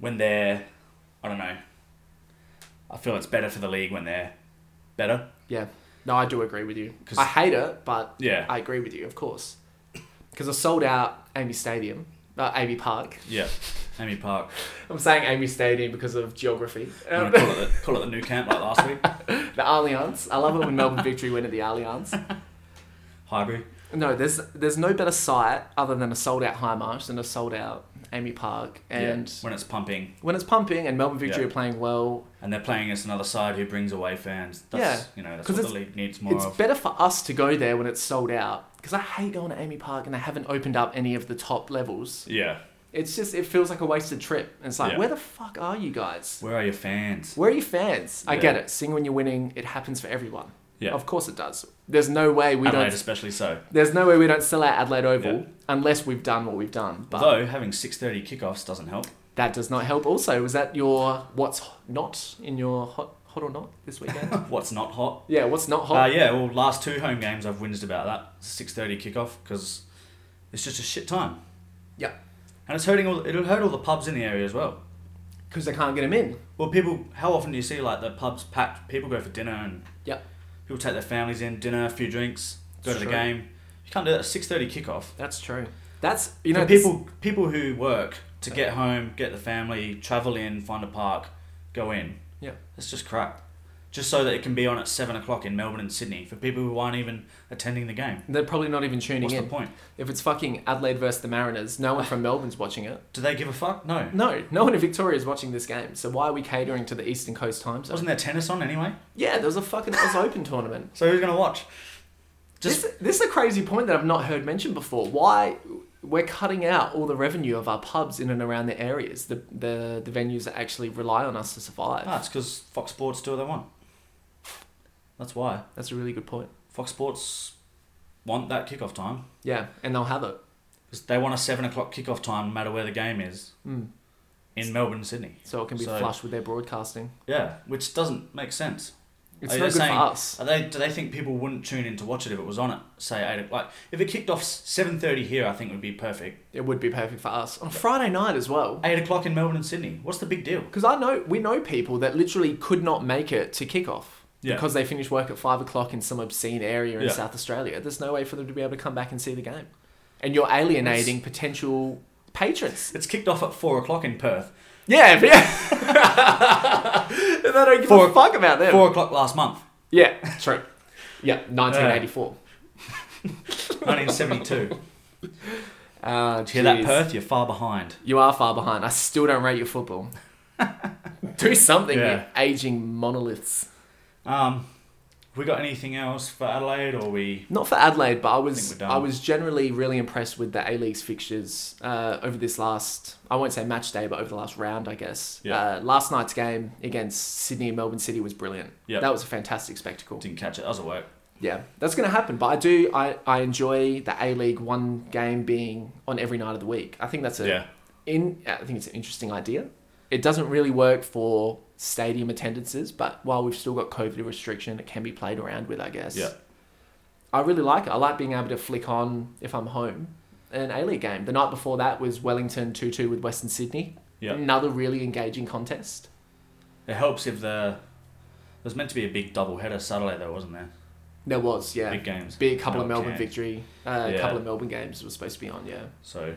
S1: when they're, I don't know. I feel it's better for the league when they're better.
S2: Yeah. No, I do agree with you.
S1: 'Cause-
S2: I hate it, but
S1: Yeah.
S2: I agree with you, of course. Because I sold out Amy Stadium, uh, Amy Park. [LAUGHS]
S1: Yeah. Amy Park.
S2: I'm saying Amy Stadium because of geography.
S1: You
S2: Um,
S1: wanna call it the, call it the new camp like last week.
S2: [LAUGHS] the Allianz. I love it when Melbourne Victory win at the Allianz.
S1: Highbury.
S2: No, there's there's no better site other than a sold out High Marsh than a sold out Amy Park. And
S1: yeah. when it's pumping
S2: when it's pumping and Melbourne Victory
S1: Yeah.
S2: are playing well,
S1: and they're playing against another side who brings away fans. That's you know that's
S2: 'Cause
S1: what the
S2: it's-
S1: league needs more
S2: it's
S1: of.
S2: better for us to go there when it's sold out. Because I hate going to Amy Park and they haven't opened up any of the top levels.
S1: Yeah.
S2: It's just it feels like a wasted trip. And it's like,
S1: Yeah.
S2: where the fuck are you guys?
S1: Where are your fans?
S2: Where are your fans? I
S1: Yeah.
S2: get it. Sing when you're winning. It happens for everyone.
S1: Yeah.
S2: Of course it does. There's no way we
S1: Adelaide
S2: don't.
S1: especially so.
S2: There's no way we don't sell out Adelaide Oval
S1: Yeah.
S2: unless we've done what we've done. But
S1: Although having six thirty kickoffs doesn't
S2: [LAUGHS]
S1: help.
S2: That does not help. Also, was that your what's not in your hot, hot or not
S1: [LAUGHS]
S2: this weekend?
S1: What's not hot?
S2: yeah, what's not
S1: Uh,
S2: hot?
S1: yeah, well, last two home games I've whinged about that six thirty kickoff because it's just a shit time.
S2: Yeah.
S1: and it's hurting all. It'll hurt all the pubs in the area as well.
S2: Because they can't get him in.
S1: Well, people, how often do you see like the pubs packed? People go for dinner and
S2: Yep.
S1: people take their families in, dinner, a few drinks, go
S2: It's
S1: to
S2: true.
S1: the game. You can't do that six thirty kickoff.
S2: That's true. That's you
S1: You
S2: know
S1: know,
S2: this-
S1: people people who work to get home, get the family, travel in, find a park, go in.
S2: Yeah.
S1: It's just crap. Just so that it can be on at seven o'clock in Melbourne and Sydney for people who aren't even attending the game.
S2: They're probably not even tuning
S1: What's
S2: in.
S1: the point?
S2: If it's fucking Adelaide versus the Mariners, no
S1: [LAUGHS]
S2: one from Melbourne's watching it.
S1: Do they give a fuck? No.
S2: No, no one in Victoria is watching this game. So why are we catering to the Eastern Coast time zone?
S1: Wasn't there tennis on anyway?
S2: Yeah, there was a fucking Oz Open tournament.
S1: So who's gonna watch? [LAUGHS] Just
S2: this, this is a crazy point that I've not heard mentioned before. Why we're cutting out all the revenue of our pubs in and around the areas, the the, the venues that actually rely on us to survive.
S1: ah, it's because Fox Sports do what they want. That's why
S2: That's a really good point.
S1: Fox Sports want that kickoff time
S2: Yeah, and they'll have it.
S1: because they want a seven o'clock kickoff time, no matter where the game is
S2: Mm.
S1: in Melbourne, and Sydney.
S2: So it can be
S1: So-
S2: flushed with their broadcasting.
S1: Yeah, which doesn't make sense.
S2: It's
S1: Are
S2: no
S1: you
S2: good
S1: saying-
S2: for us.
S1: Are they? Do they think people wouldn't tune in to watch it if it was on at say eight? o- Like if it kicked off seven thirty here, I think would be perfect.
S2: It would be perfect for us on a Friday night as well.
S1: Eight o'clock in Melbourne and Sydney. What's the big deal?
S2: Because I know we know people that literally could not make it to kickoff
S1: Yeah.
S2: because they finish work at five o'clock in some obscene area in
S1: Yeah.
S2: South Australia. There's no way for them to be able to come back and see the game, and you're alienating potential patrons.
S1: It's kicked off at four o'clock in Perth.
S2: Yeah, but yeah. And [LAUGHS] they don't give
S1: Four-
S2: a fuck about them.
S1: Four o'clock last month,
S2: Yeah, true. Yeah, 1984. [LAUGHS]
S1: 1972.
S2: Ah,
S1: Uh, Hear that,
S2: jeez.
S1: Perth? You're far behind.
S2: You are far behind. I still don't rate
S1: [LAUGHS]
S2: your football. Do something,
S1: Yeah.
S2: you aging monoliths.
S1: Um, we got anything else for Adelaide, or we?
S2: Not for Adelaide, but I
S1: think
S2: was
S1: we're
S2: I,
S1: done.
S2: was generally really impressed with the A League's fixtures uh, over this last I won't say match day, but over the last round, I guess.
S1: Yeah.
S2: Uh, last night's game against Sydney and Melbourne City was brilliant.
S1: Yeah.
S2: That was a fantastic spectacle.
S1: Didn't catch it. That was a work.
S2: Yeah, that's going to happen. But I do I, I enjoy the A League one game being on every night of the week. I think that's a
S1: Yeah.
S2: in I think it's an interesting idea. It doesn't really work for stadium attendances, but while we've still got COVID restriction, it can be played around with, I guess.
S1: Yeah.
S2: I really like it. I like being able to flick on if I'm home an A League game. The night before that was Wellington two two with Western Sydney.
S1: Yeah.
S2: Another really engaging contest.
S1: It helps if the there's meant to be a big double header Saturday though, wasn't there?
S2: There was, yeah.
S1: Big games.
S2: Big couple of Melbourne
S1: Okay.
S2: victory, uh,
S1: Yeah.
S2: a couple of Melbourne games were supposed to be on, yeah.
S1: So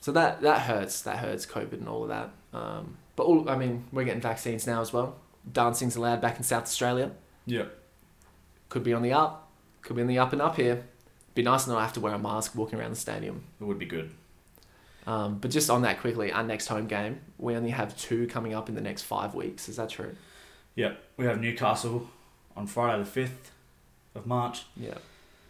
S2: So that that hurts. That hurts COVID and all of that. Um, but all I mean, we're getting vaccines now as well. Dancing's allowed back in South Australia.
S1: yeah,
S2: Could be on the up. Could be on the up and up here. Be nice to not have to wear a mask walking around the stadium.
S1: it would be good.
S2: Um, but just on that quickly, our next home game, we only have two coming up in the next five weeks. Is that true?
S1: Yeah, we have Newcastle on Friday the fifth of March,
S2: Yeah.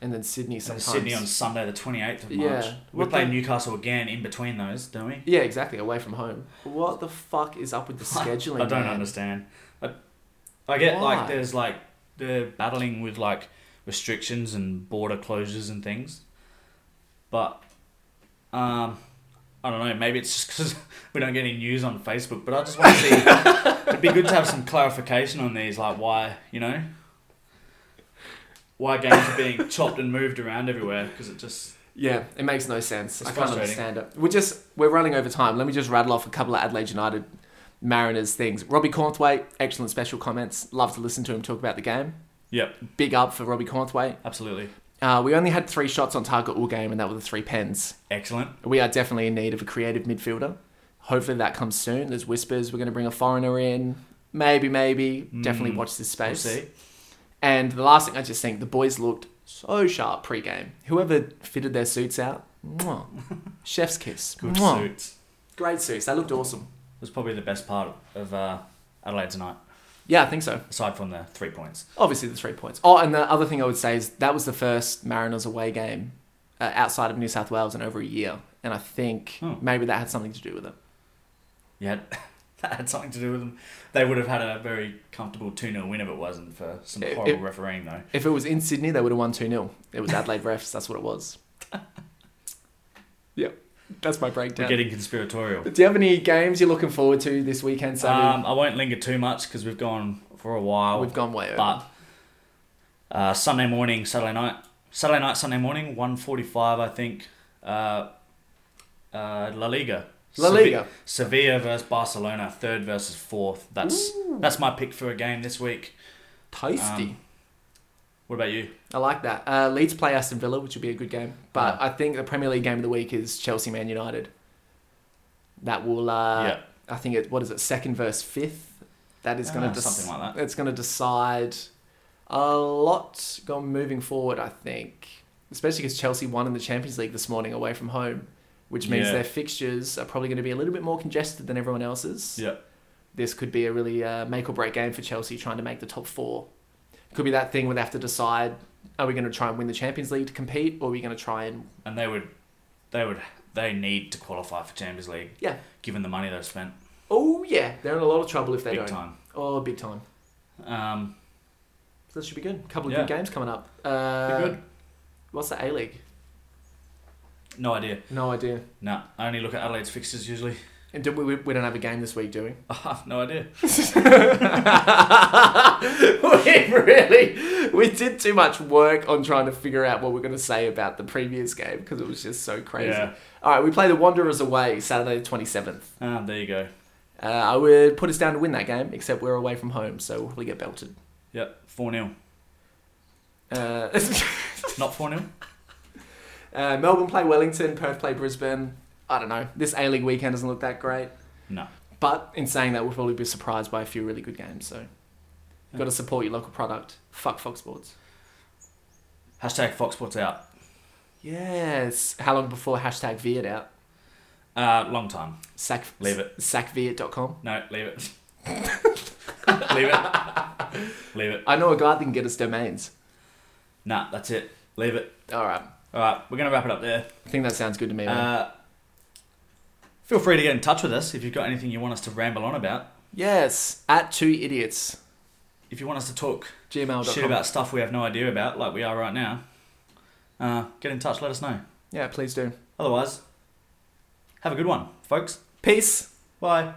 S2: And then Sydney
S1: and
S2: sometimes.
S1: Sydney on Sunday the twenty eighth of
S2: Yeah.
S1: March. We
S2: What
S1: play
S2: the-
S1: Newcastle again in between those, don't we?
S2: Yeah, exactly. Away from home. What the fuck is up with the
S1: [LAUGHS]
S2: scheduling?
S1: I don't
S2: man?
S1: understand. I, I get like
S2: Why?
S1: there's like they're battling with like restrictions and border closures and things, but um, I don't know. Maybe it's just because [LAUGHS] we don't get any news on Facebook. But I just want to see.
S2: [LAUGHS]
S1: it'd be good to have some clarification on these, like why you know why games are being chopped and moved around everywhere because it just
S2: Yeah, it makes no sense.
S1: It's
S2: I can't
S1: frustrating.
S2: understand it. We're just we're running over time. Let me just rattle off a couple of Adelaide United Mariners things. Robbie Cornthwaite, excellent special comments. Love to listen to him talk about the game.
S1: yep
S2: Big up for Robbie Cornthwaite.
S1: absolutely
S2: Uh, we only had three shots on target all game, and that were the three pens.
S1: excellent
S2: We are definitely in need of a creative midfielder. Hopefully that comes soon. There's whispers we're going to bring a foreigner in. Maybe, maybe. Definitely
S1: Mm,
S2: watch this
S1: we'll
S2: space.
S1: see
S2: And the last thing I just think the boys looked so sharp pre-game. Whoever fitted their suits out, [LAUGHS] mwah. chef's kiss.
S1: good
S2: Mwah.
S1: suits
S2: Great suits. They looked awesome.
S1: was probably the best part of uh, Adelaide tonight.
S2: Yeah, I think so.
S1: aside from the three points.
S2: Obviously the three points. Oh, and the other thing I would say is that was the first Mariners away game uh, outside of New South Wales in over a year, and I think
S1: Oh.
S2: maybe that had something to do with it.
S1: Yeah, that had [LAUGHS] something to do with them. They would have had a very comfortable 2 0 win if it wasn't for some
S2: It-
S1: horrible
S2: it-
S1: refereeing, though.
S2: If it was in Sydney, they would have won two 0 It was Adelaide refs. That's what it was. [LAUGHS] Yep, that's my
S1: We're
S2: breakdown.
S1: getting conspiratorial.
S2: Do you have any games you're looking forward to this weekend, Sammy?
S1: Um, I won't linger too much because we've gone for a while.
S2: We've gone way over.
S1: but uh, Sunday morning, Saturday night, Saturday night, Sunday morning, 1.45, I think, uh, uh, La Liga.
S2: La
S1: Sevi-
S2: Liga.
S1: Sevilla versus Barcelona, third versus fourth. That's that's my pick for a game this week.
S2: Tasty.
S1: Um, What about you?
S2: I like that. Uh, Leeds play Aston Villa, which would be a good game. But I think the Premier League game of the week is Chelsea Man United. That will, uh,
S1: Yeah.
S2: I think it. What is it? Second versus fifth. That is going
S1: Ah,
S2: to
S1: something like
S2: It's going to decide a lot going moving forward. I think, especially because Chelsea won in the Champions League this morning away from home, which means
S1: Yeah.
S2: their fixtures are probably going to be a little bit more congested than everyone else's
S1: Yeah.
S2: this could be a really uh, make or break game for Chelsea trying to make the top four. Could be that thing where they have to decide: are we going to try and win the Champions League to compete, or are we going to try and
S1: and they would they would they need to qualify for Champions League
S2: yeah?
S1: given the money they've spent
S2: Oh yeah, they're in a lot of trouble if they
S1: big
S2: don't.
S1: time.
S2: Oh, big time.
S1: Um,
S2: So that should be good. A couple of
S1: Yeah.
S2: good games coming up. Uh,
S1: Be good.
S2: What's the A League?
S1: no idea.
S2: No idea.
S1: No, I only look at Adelaide's fixtures usually. [LAUGHS]
S2: And do, we, we don't have a game this week, do we?
S1: I have no idea.
S2: [LAUGHS] we really we did too much work on trying to figure out what we're going to say about the previous game because it was just so crazy.
S1: Yeah.
S2: All right, we play the Wanderers away Saturday the twenty seventh.
S1: Um, there you go.
S2: Uh, I would put us down to win that game, except we're away from home, so we'll probably get belted.
S1: Yep, four 0
S2: Uh, [LAUGHS]
S1: Not four 0
S2: uh, Melbourne play Wellington, Perth play Brisbane. I don't know. This A League weekend doesn't look that great.
S1: No.
S2: But in saying that, we'll probably be surprised by a few really good games. So, got to support your local product. Fuck Fox Sports.
S1: Hashtag Fox Sports out.
S2: Yes. How long before hashtag V it out?
S1: Uh, long time.
S2: Sack,
S1: Leave it.
S2: Sackviet.com.
S1: No, leave it. [LAUGHS] leave it.
S2: [LAUGHS]
S1: Leave it.
S2: I know a guy that can get us domains.
S1: Nah, that's it. Leave it.
S2: All right.
S1: All right, we're going to wrap it up there.
S2: I think that sounds good to me. man.
S1: Uh, feel free to get in touch with us if you've got anything you want us to ramble on about.
S2: yes. At two idiots.
S1: If you want us to talk
S2: Gmail.com.
S1: shit about stuff we have no idea about, like we are right now, uh, get in touch. Let us know.
S2: yeah, please do.
S1: Otherwise, have a good one, folks.
S2: Peace.
S1: Bye.